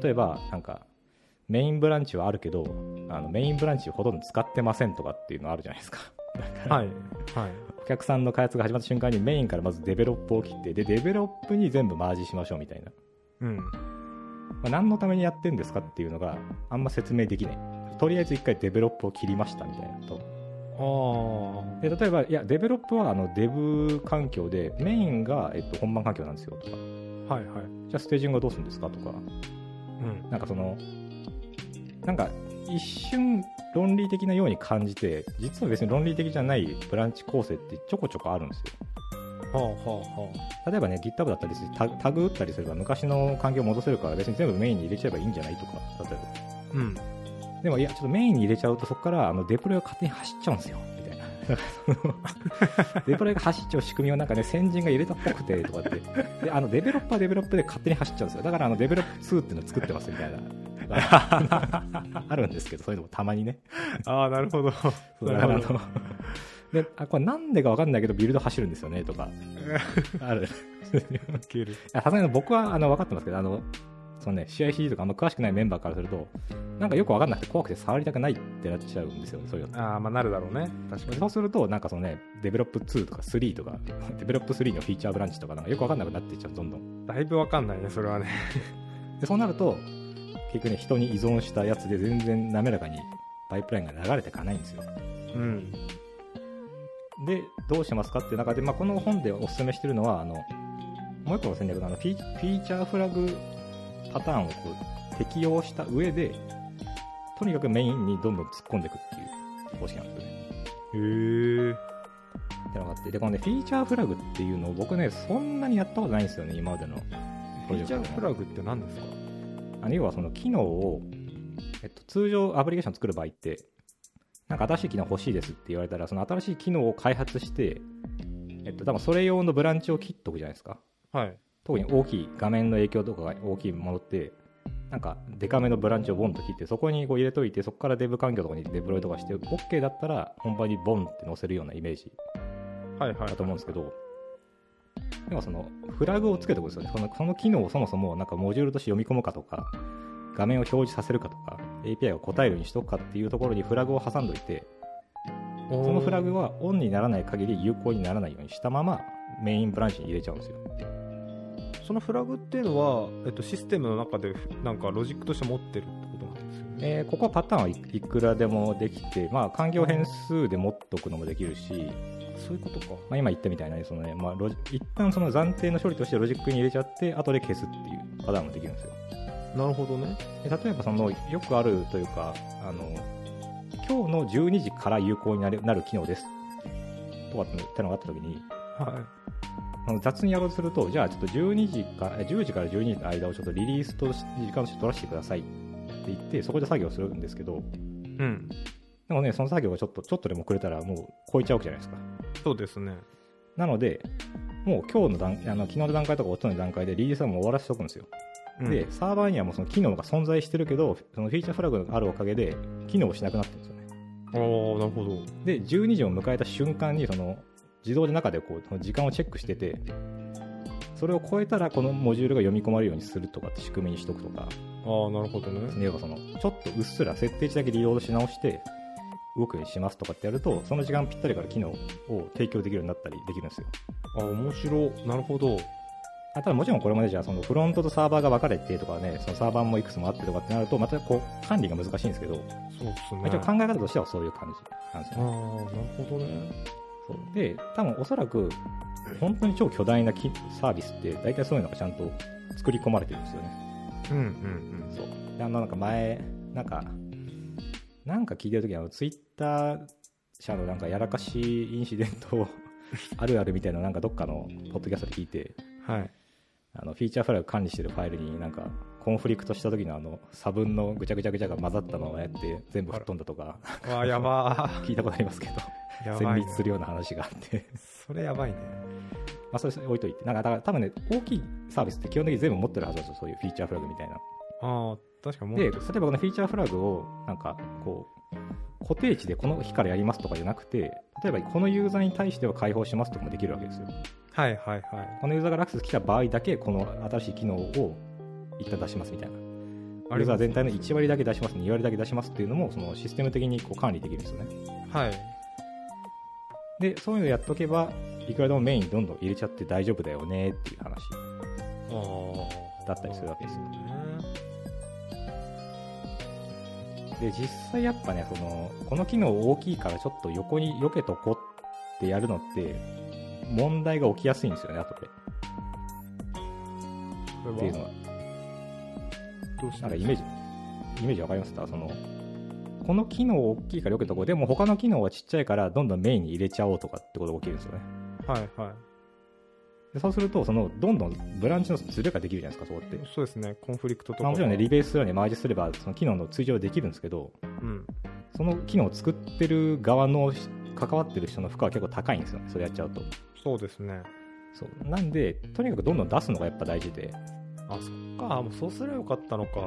B: 例えばなんかメインブランチはあるけどあのメインブランチをほとんど使ってませんとかっていうのあるじゃないですか
A: はいはい
B: お客さんの開発が始まった瞬間にメインからまずデベロップを切ってでデベロップに全部マージしましょうみたいな、
A: うん
B: まあ何のためにやってるんですかっていうのがあんま説明できないとりあえず一回デベロップを切りましたみたいなと
A: ああ
B: で例えばいやデベロップはあのデブ環境でメインが、えっと、本番環境なんですよとかじ
A: はいはい
B: ゃあステージングはどうするんですかとか
A: うん
B: なんかそのなんか一瞬論理的なように感じて実は別に論理的じゃないブランチ構成ってちょこちょこあるんですよ
A: はあはあは
B: 例えばね GitHub だったりするタタグ打ったりすれば昔の環境を戻せるから別に全部メインに入れちゃえばいいんじゃないとか例えば
A: あ。うん。
B: でもいや、ちょっとメインに入れちゃうと、そこからあのデプロイが勝手に走っちゃうんですよ、みたいな。なんかそのデプロイが走っちゃう仕組みをなんかね、先人が入れたっぽくて、とかって。で、あの、デベロッパーはデベロップで勝手に走っちゃうんですよ。だから、あの、デベロップ2っていうのを作ってます、みたいな。あるんですけど、そういうのもたまにね。
A: ああ、なるほど。
B: そうだからあの、で、あ、これなんでかわかんないけど、ビルド走るんですよね、とか。ある。
A: ウケる。
B: あさすがに僕はあの分かってますけど、あの、そのね、試合 CD とかあんま詳しくないメンバーからすると、なんかよく分かんなくて怖くて触りたくないってなっちゃうんですよね、そういうの。
A: ああ、まあなるだろうね。確か
B: そうすると、なんかそのね、デベロップ2とか3とか、 デベロップ3のフィーチャーブランチとか、なんかよく分かんなくなっていっちゃう、どんどん。
A: に。だいぶわかんないね、それはね。
B: で、そうなると、結局ね、人に依存したやつで全然滑らかにパイプラインが流れていかないんですよ。
A: うん。
B: で、どうしますかっていう中で、まあ、この本でおすすめしてるのは、あの、もう一個の戦略のあのフィ、フィーチャーフラグパターンをこう適用した上で、とにかくメインにどんどん突っ込んでいくっていう方式なんですよ
A: へ
B: ね。
A: え。
B: ってのがあって、で、このね、フィーチャーフラグっていうのを僕ね、そんなにやったことないんですよね、今までの。
A: フィーチャーフラグって何ですか
B: あの要はその機能を、えっと、通常アプリケーション作る場合って、なんか新しい機能欲しいですって言われたら、その新しい機能を開発して、えっと、多分それ用のブランチを切っとくじゃないですか。
A: はい。
B: 特に大きい画面の影響とかが大きいものってなんかデカめのブランチをボンと切ってそこにこう入れといてそこからデブ環境とかにデプロイとかして OK だったら本番にボンって載せるようなイメージ
A: はいはい。
B: だと思うんですけど要はそのフラグをつけておくんですよねそのその機能をそもそもなんかモジュールとして読み込むかとか画面を表示させるかとか API を答えるようにしとくかっていうところにフラグを挟んどいて
A: おー
B: そのフラグはオンにならない限り有効にならないようにしたままメインブランチに入れちゃうんですよ
A: そのフラグっていうのは、えっと、システムの中でなんかロジックとして持ってるってことなんですよね。
B: えーここはパターンはいいくらでもできて、まあ、環境変数で持っとくのもできるし、
A: そういうことか。
B: まあ、今言ったみたいなね、そのねまあ、ロジ一旦その暫定の処理としてロジックに入れちゃって、後で消すっていうパターンもできるんですよ。
A: なるほどね。
B: で例えばその、よくあるというか、あの今日の12時から有効になるなる機能ですとかってのがあったときに、
A: は
B: あの雑にやろうとすると、じゃあちょっと12時から、え10時から12時の間をちょっとリリースとし時間として取らせてくださいって言って、そこで作業するんですけど、
A: い。うん。
B: でもね、その作業がちょっと、ちょっとでも遅れたらもう超えちゃうわけじゃないですか。
A: そうですね。
B: なので、もう今日の段、あの、昨日の段階とかおとの段階でリリースはもう終わらせておくんですよ。
A: うん
B: で、、サーバーにはもうその機能が存在してるけど、そのフィーチャーフラグがあるおかげで、機能をしなくなってるんですよね。
A: ああ、なるほど。
B: で、12時を迎えた瞬間に、その、自動で中でこう、その時間をチェックしてて、それを超えたらこのモジュールが読み込まれるようにするとかって仕組みにしとくとか、
A: ああ、なるほどね。
B: 要はそのちょっとうっすら設定値だけリロードし直して動くようにしますとかってやるとその時間ぴったりから機能を提供できるようになったりできるんですよ
A: ああ、面白。なるほど。
B: あただもちろんこれまでじゃあそのフロントとサーバーが分かれてとかねそのサーバーもいくつもあってとかってなるとまたこう管理が難しいんですけど、
A: そうですね。
B: 一応考え方としてはそういう感じなんです
A: ああ、
B: よね、
A: なるほどね。
B: そうで多分おそらく本当に超巨大なきサービスって大体そういうのがちゃんと作り込まれてるんですよね
A: うんうんうん。
B: そうであのなんか前なんかなんか聞いてる時あのツイッター社のなんかやらかしインシデント をあるあるみたいななんかどっかのポッドキャストで聞いて
A: はい。
B: あのフィーチャーフラグ管理してるファイルになんかコンフリクトした時のあの差分のぐちゃぐちゃぐちゃが混ざったままやって全部吹っ飛んだとか
A: ああ、やば
B: 聞いたことありますけど
A: ー。や
B: 戦
A: ばい、
B: 慄
A: ね。
B: するような話があって
A: それやばいね。
B: まあそれ置いといてなんかだから多分ね大きいサービスって基本的に全部持ってるはずなんですよそういうフィーチャーフラグみたいな
A: ああ、確かにもう。
B: で例えばこのフィーチャーフラグをなんかこう固定値でこの日からやりますとかじゃなくて例えばこのユーザーに対しては開放しますとかもできるわけですよ
A: はいはいはい。
B: このユーザーがアクセス来た場合だけこの新しい機能を一旦出しますみたいなユーザー全体の1割だけ出します2割だけ出しますっていうのもそのシステム的にこう管理できるんですよね
A: はい。
B: でそういうのやっとけばいくらでもメインにどんどん入れちゃって大丈夫だよねっていう話
A: ああ。
B: だったりするわけですよ
A: ね。
B: で実際やっぱねそのこの機能大きいからちょっと横に避けとこってやるのって問題が起きやすいんですよね後で
A: こ
B: って
A: れ
B: いう
A: は
B: のは
A: どうし
B: な
A: た
B: んかイメージイメージわかりますかそのこの機能大きいからよけとこうでも他の機能はちっちゃいからどんどんメインに入れちゃおうとかってことが起きるんですよね
A: はいはい。
B: でそうするとそのどんどんブランチのズレができるじゃないですかそこって、
A: そうですね、コンフリクトとかは。
B: まあ、もちろんねリベースラーにマージすればその機能の追従はできるんですけど
A: うん。
B: その機能を作ってる側の関わってる人の負荷は結構高いんですよねそれやっちゃうと
A: そうですね。
B: そうなんでとにかくどんどん出すのがやっぱ大事で
A: あ、そっか、もうそうすればよかったのか。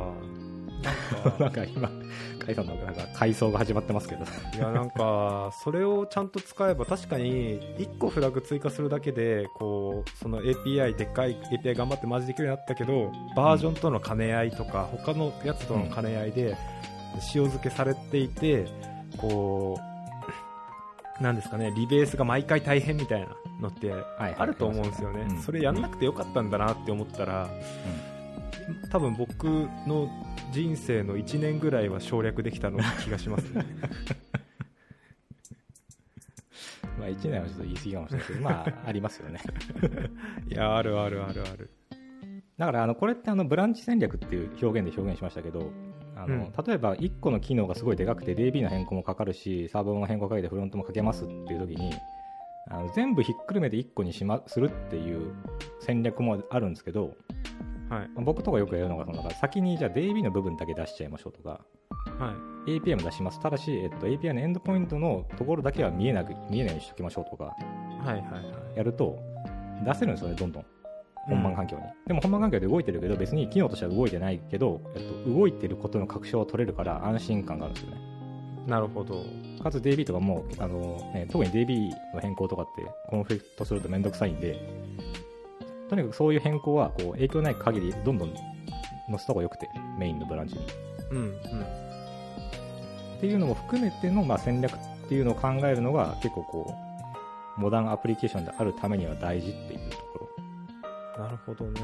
B: なんか今甲斐さんのなんか改装が始まってますけど
A: いや、なんか、それをちゃんと使えば、確かに、1個フラグ追加するだけで、こう、その API、でっかい API 頑張ってマジできるようになったけど、バージョンとの兼ね合いとか、他のやつとの兼ね合いで、塩漬けされていて、こう、なんですかね、リベースが毎回大変みたいなのって、あると思うんですよね、それやんなくてよかったんだなって思ったら、多分僕の人生の1年ぐらいは省略できたの気がしますね
B: まあ、1年はちょっと言い過ぎかもしれないけど、まあ、ありますよね。
A: いやあるあるあるある
B: だから、あの、これって、あの、ブランチ戦略っていう表現で表現しましたけど、あの、
A: うん
B: 例えば、1個の機能がすごいでかくて、DB の変更もかかるし、サーバーも変更かけて、フロントもかけますっていう時に、あの全部ひっくるめて1個にしま、するっていう戦略もあるんですけど、
A: はい
B: 僕とかよくやるのが、その、なんか先に、じゃあ DB の部分だけ出しちゃいましょうとか、
A: は
B: API も出します。ただし、えっと、API のエンドポイントのところだけは見えなく、見えないようにしときましょうとか、
A: いはいはいはい
B: やると出せるんですよねどんどん本番環境に、でも本番環境で動いてるけど別に機能としては動いてないけど、えっと、動いてることの確証は取れるから安心感があるんですよね
A: なるほど
B: かつ DB とかもあの、ね、特に DB の変更とかってコンフリクトすると面倒くさいんでとにかくそういう変更はこう影響ない限りどんどん載せた方がよくてメインのブランチに
A: うんうん
B: っていうのも含めての、まあ、戦略っていうのを考えるのが結構こうモダンアプリケーションであるためには大事っていうところ
A: なるほどね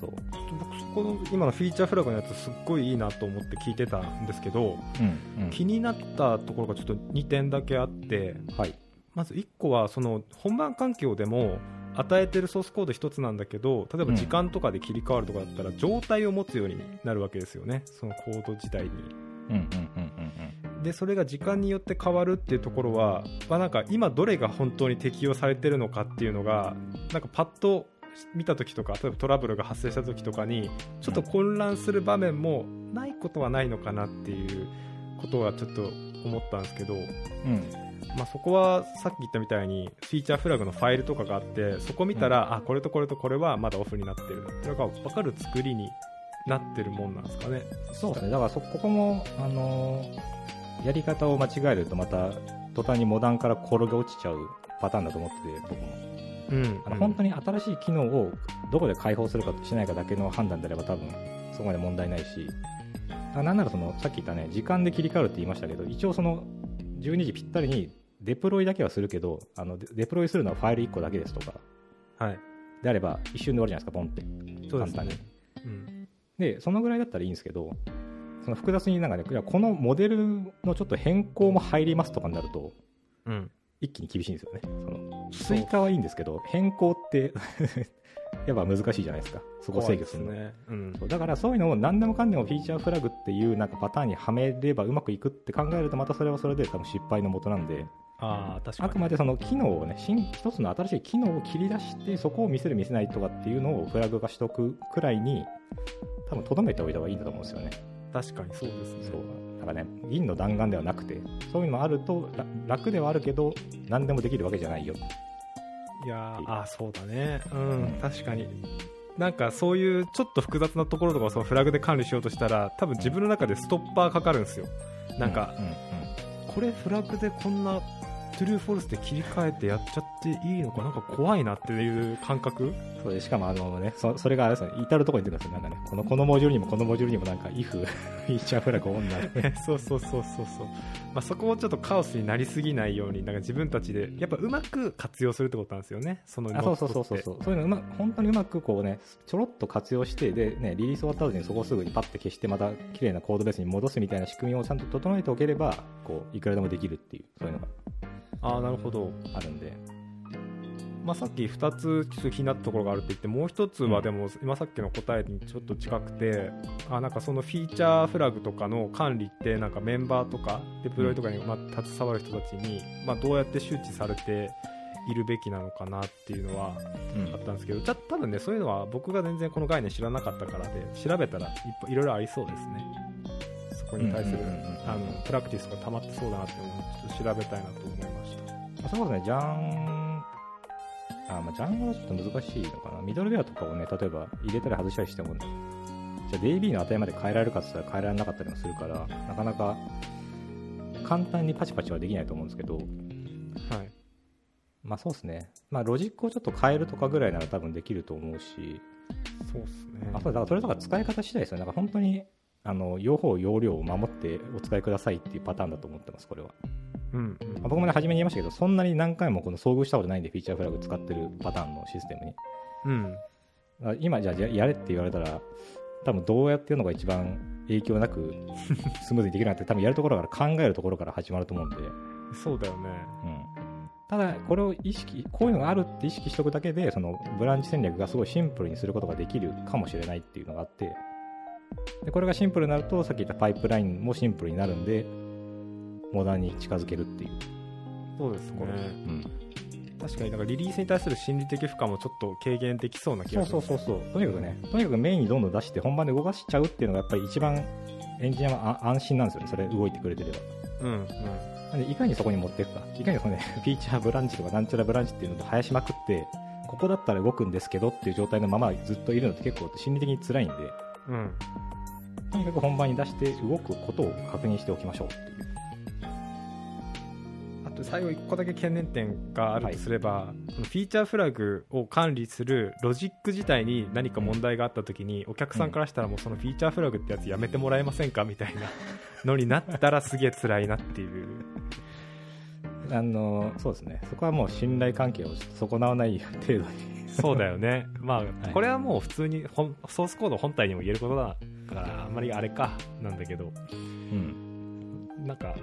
B: そう、
A: ちょっと僕そこの今のフィーチャーフラグのやつすっごいいいなと思って聞いてたんですけど
B: うんうん
A: 気になったところがちょっと2点だけあって
B: はい
A: まず1個はその本番環境でも与えてるソースコード1つなんだけど例えば時間とかで切り替わるとかだったら状態を持つようになるわけですよねそのコード自体に
B: うんうんうんうんうん
A: でそれが時間によって変わるっていうところは、まあ、なんか今どれが本当に適用されてるのかっていうのがなんかパッと見た時とか例えばトラブルが発生した時とかにちょっと混乱する場面もないことはないのかなっていうことはちょっと思ったんですけど、
B: うん、
A: まあ、そこはさっき言ったみたいにフィーチャーフラグのファイルとかがあってそこ見たら、あこれとこれとこれはまだオフになってるっていうのが分かる作りになってるもんなんですかね
B: そうですね、だからそここも、あのーやり方を間違えると、また途端にモダンから転げ落ちちゃうパターンだと思ってて、僕も
A: うん
B: あの、本当
A: に
B: に新しい機能をどこで開放するかしないかだけの判断であれば、多分そこまで問題ないし、あなんならそのさっき言ったね、時間で切り替わるって言いましたけど、一応、その12時ぴったりにデプロイだけはするけど、あのデデプロイするのはファイル1個だけですとか、
A: はい
B: であれば、一瞬で終わるじゃないですか、ポンって。
A: そうです
B: 簡単
A: ね
B: に
A: うん
B: でそのぐらいだったらいいんですけどその複雑になんかねいやこのモデルのちょっと変更も入りますとかになると
A: うん
B: 一気に厳しいんですよねその
A: そう
B: 追加はいいんですけど変更って やっぱ難しいじゃないですかそこ制御するの
A: 怖いですねうん
B: そうだからそういうのを何でもかんでもフィーチャーフラグっていうなんかパターンにはめればうまくいくって考えるとまたそれはそれで多分失敗のもとなんで
A: ああ確か
B: あ
A: に
B: くまでその機能をね新一つの新しい機能を切り出してそこを見せる見せないとかっていうのをフラグ化しておくくらいに多分とどめておいた方がいいんだと思うんですよね
A: 確かにそうですね
B: そうだからね銀の弾丸ではなくてそういうのもあるとら楽ではあるけど何でもできるわけじゃないよ
A: いや
B: っていう
A: ーあーそうだねうん、
B: うん
A: 確かになんかそういうちょっと複雑なところとかをそのフラグで管理しようとしたら多分自分の中でストッパーかかるんですよなんか、
B: うんうん
A: これフラグでこんなトゥルーフォルスで切り替えてやっちゃっていいのかなんか怖いなっていう感覚
B: うんそうでしかもあのねそそれがあれですね至るところに出てくるんですよなんかねこのこのモジュールにもこのモジュールにもなんか if フィーチャーフラグオンなる
A: そうそうそうそうそう、まあ、そこをちょっとカオスになりすぎないようになんか自分たちでやっぱうまく活用するってことなんですよねその
B: あそうそうそうそう
A: ノ
B: そうそういうのうま本当にうまくこうねちょろっと活用してでねリリース終わった後にそこをすぐにパッて消してまた綺麗なコードベースに戻すみたいな仕組みをちゃんと整えておければこういくらでもできるっていうそういうのが
A: ットってああなるほど
B: あるんで
A: まあ、さっき2つちょっと気になったところがあるって言ってもう1つはでも今さっきの答えにちょっと近くて、あなんかそのフィーチャーフラグとかの管理ってなんかメンバーとかデプロイとかにまあ携わる人たちにまあどうやって周知されているべきなのかなっていうのは
B: うん
A: あったんですけどじゃ多分ねそういうのは僕が全然この概念知らなかったからで調べたらいっぱいいろいろありそうですねそこに対する
B: うんうんうんうん
A: あのプラクティスが溜まってそうだなって思うのでちょっと調べたいなと思いました
B: まあそうですね、ジャン、あまあ、ジャンはちょっと難しいのかな。ミドルウェアとかをね、例えば入れたり外したりしても、じゃあ DB の値まで変えられるかって言ったら変えられなかったりもするから、なかなか簡単にパチパチはできないと思うんですけど、
A: はい
B: まあそうですね。まあロジックをちょっと変えるとかぐらいなら多分できると思うし、
A: そうですね
B: あとだからそれとか使い方次第ですよね。なんか本当に、あの、用法、用量を守ってお使いくださいっていうパターンだと思ってます、これは。
A: うん
B: まあ僕もね、初めに言いましたけど、そんなに何回もこの遭遇したことないんで、フィーチャーフラグ使ってるパターンのシステムに。
A: うん、うん
B: あ今じゃあややれって言われたら多分どうやってやるのが一番影響なくスムーズにできるなって多分やるところから考えるところから始まると思うんで、うん、
A: そうだよね
B: ただこれを意識こういうのがあるって意識しておくだけでそのブランチ戦略がすごいシンプルにすることができるかもしれないっていうのがあってでこれがシンプルになるとさっき言ったパイプラインもシンプルになるんでモダンに近づけるっていう、
A: そうですね
B: これうん、
A: 確かになんかリリースに対する心理的負荷もちょっと軽減できそうな気
B: そ
A: が
B: う
A: し
B: そ
A: ま
B: う
A: す
B: そうそうとにかくねとにかくメインにどんどん出して本番で動かしちゃうっていうのがやっぱり一番エンジニアはあ安心なんですよねそれ動いてくれてれば
A: うんうん
B: なんでいかにそこに持っていくかいかにそのね フィーチャーブランチとかなんちゃらブランチっていうのと生やしまくってここだったら動くんですけどっていう状態のままずっといるのって結構心理的に辛いんで
A: うん
B: とにかく本番に出して動くことを確認しておきましょうっていう
A: あと最後1個だけ懸念点があるとすれば、このフィーチャーフラグを管理するロジック自体に何か問題があった時にお客さんからしたらもうそのフィーチャーフラグってやつやめてもらえませんかみたい なのになったらすげえ辛いなっていう
B: あのそうですねそこはもう信頼関係を損なわない程度に
A: そうだよねまあ
B: い
A: これはもう普通にほんソースコード本体にも言えることだからあんまりあれかなんだけど
B: うん
A: なんか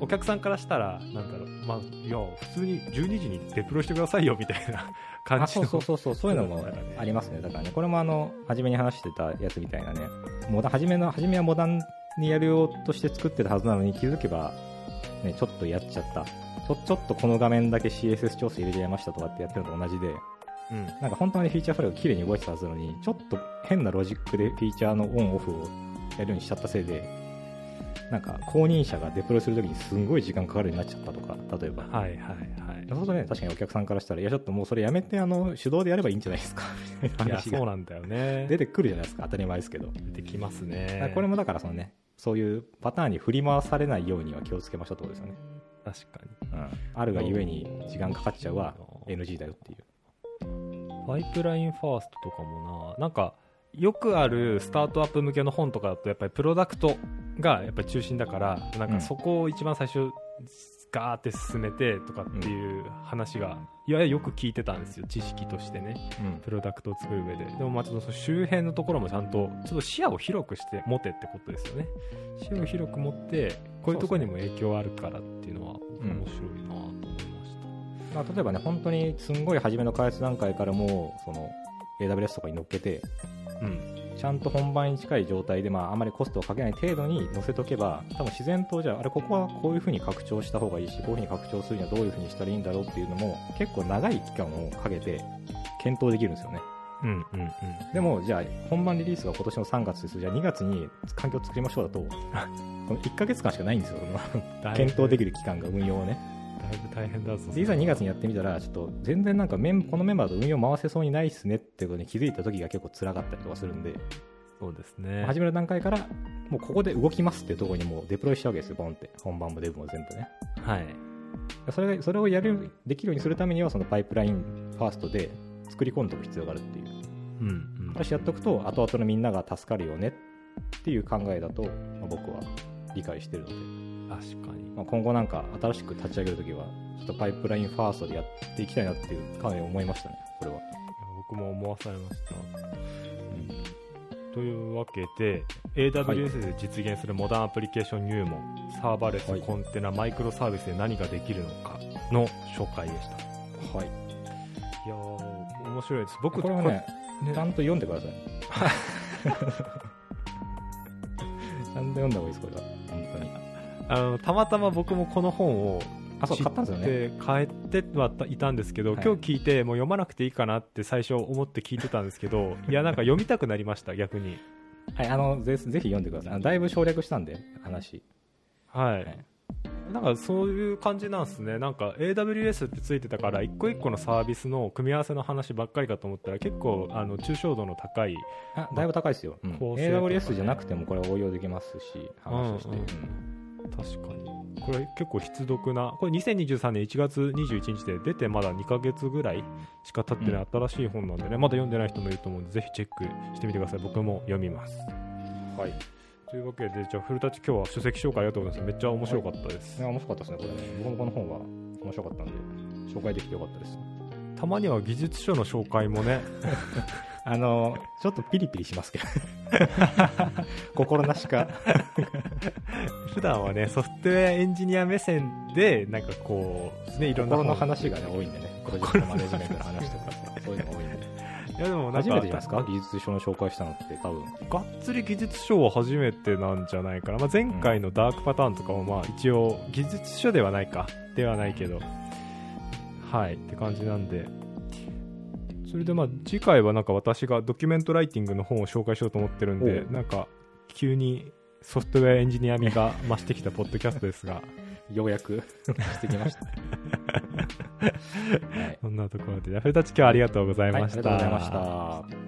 A: お客さんからしたらなんだろうまあいや普通に12時にデプロイしてくださいよみたいな感
B: あ
A: じ
B: そう
A: の
B: そうそうそうそういうのも
A: そうだね
B: ありますねだからねこれもあの初めに話してたやつみたいなねモダン初めの初めはモダンにやるようとして作ってたはずなのに気づけば、ね、ちょっとやっちゃったちょちょっとこの画面だけ CSS 調整入れちゃいましたとかってやってるのと同じで
A: うん
B: なんか本当にフィーチャーフラグ綺麗に動いてたはずなのにちょっと変なロジックでフィーチャーのオンオフをやるようにしちゃったせいでなんか公認者がデプロイするときにすんごい時間かかるようになっちゃったとか例えば
A: はいはいはい
B: そうするとね、確かにお客さんからしたら、いや、ちょっともうそれやめて、あの、手動でやればいいんじゃないですか、みたい
A: い
B: な
A: や
B: 話
A: そう
B: が
A: なんだよね
B: 出てくるじゃないですか、当たり前ですけど。
A: 出てきますね
B: これもだから、そのね、そういうパターンに振り回されないようには気をつけましょうってことですよね。
A: 確か
B: うん。あるがゆえに時間かかっちゃうは NG だよっていう。
A: にパイプラインファーストとかもななんかよくあるスタートアップ向けの本とかだとやっぱりプロダクトがやっぱり中心だからなん
B: うん
A: かそこを一番最初ガーって進めてとかっていう話が、いやよく聞いてたんですよ知識としてね
B: うん。
A: プロダクトを作る上ででもまあちょっとその周辺のところもちゃんとちょっと視野を広くして持てってことですよね視野を広く持ってこういうところにも影響あるからっていうのは面白いなと思いました、
B: まあ、例えばね、本当にすんごい初めの開発段階からもう、その、AWS とかに乗っけて、
A: うん、
B: ちゃんと本番に近い状態で、まあ、あまりコストをかけない程度に乗せとけば、多分自然と、じゃあ、あれ、ここはこういう風に拡張した方がいいし、こういう風に拡張するにはどういう風にしたらいいんだろうっていうのも、結構長い期間をかけて、検討できるんですよね。
A: うんうんうん
B: でも、じゃあ、本番リリースが今年の3月です。じゃあ、2月に環境を作りましょうだと、こ の1ヶ月間しかないんですよ、その
A: だいぶ
B: 検討できる期間が運用をね。
A: だいぶ大変だぞ
B: でいざ2月にやってみたら、ちょっと全然なんかメン、このメンバーと運用回せそうにないっすねっていうことに気づいた時が結構辛かったりとかするんで、
A: そうですね
B: 始める段階から、もうここで動きますっていうところにもうデプロイしちゃうわけですよ、ボンって。本番もデブも全部ね。
A: はい
B: それがそれをやる、できるようにするためには、そのパイプラインファーストで作り込んでおく必要があるっていう。
A: うんうん
B: 私やっとくと、後々のみんなが助かるよねっていう考えだと、まあ僕は理解してるので、
A: 確かに
B: まあ、今後なんか新しく立ち上げるときは、ちょっとパイプラインファーストでやっていきたいなっていう、かなり思いましたね、これは。
A: 僕も思わされましたというわけで AWS で実現するモダンアプリケーション入門、サーバーレス
B: はい
A: コンテナ、マイクロサービスで何ができるのかの紹介でした
B: は
A: い
B: い。
A: やー面白いです。僕、
B: これはね、
A: ね
B: ちゃんと読んでください。 ちゃんと読んだ方がいいです、これは。本当に。
A: あのたまたま僕もこの本を
B: あ、そう、
A: 知
B: 買ったんですよね。
A: で買ってはいたんですけど、
B: はい
A: 今日聞いてもう読まなくていいかなって最初思って聞いてたんですけどいやなんか読みたくなりました逆に
B: はい、あのぜ、ぜひ読んでくださいあの。だいぶ省略したんで、話。
A: はい、
B: はい
A: なんかそういう感じなんですねなんか AWS ってついてたから一個一個のサービスの組み合わせの話ばっかりかと思ったら結構あの抽象度の高い
B: あ、だいぶ高いですよ。うん
A: 構成とかね
B: AWS じゃなくてもこれ応用できますし、話として。
A: うんうん
B: うん
A: 確かにこれ結構必読なこれ2023年1月21日で出てまだ2ヶ月ぐらいしか経ってない新しい本なんでね、まだ読んでない人もいると思うんでぜひチェックしてみてください僕も読みます
B: はい。い
A: というわけでじゃあ古立今日は書籍紹介ありがとうございますめっちゃ面白かったです、
B: や、面白かったですね、これね。僕もこの本は面白かったんで、紹介できてよかったです。
A: たまには技術書の紹介もね
B: あの、ちょっとピリピリし ますけど。心 なしか。
A: 普段はねソフトウェアエンジニア目線でなんかこうねいろんな本
B: 心の話がね、多いんでね。プロジェクトマネジメントの話とかさ、そういうのが多いんで。
A: いやでもなん
B: 初
A: か
B: めてじゃないですか技術書の紹介したのって、多分。
A: がっつり技術書は初めてなんじゃないかな、まあ、前回のダークパターンとかもまあ一応技術書ではないかではないけどはいって感じなんでそれでまあ次回はなんか私がドキュメントライティングの本を紹介しようと思ってるんで
B: おう
A: なんか急にソフトウェアエンジニア味が増してきたポッドキャストですが
B: ようやく してきました。 はい。
A: そんなところでフルタッチ今日はありがとうござい
B: はいあ
A: ま
B: りが
A: し
B: とう
A: た、
B: ございました。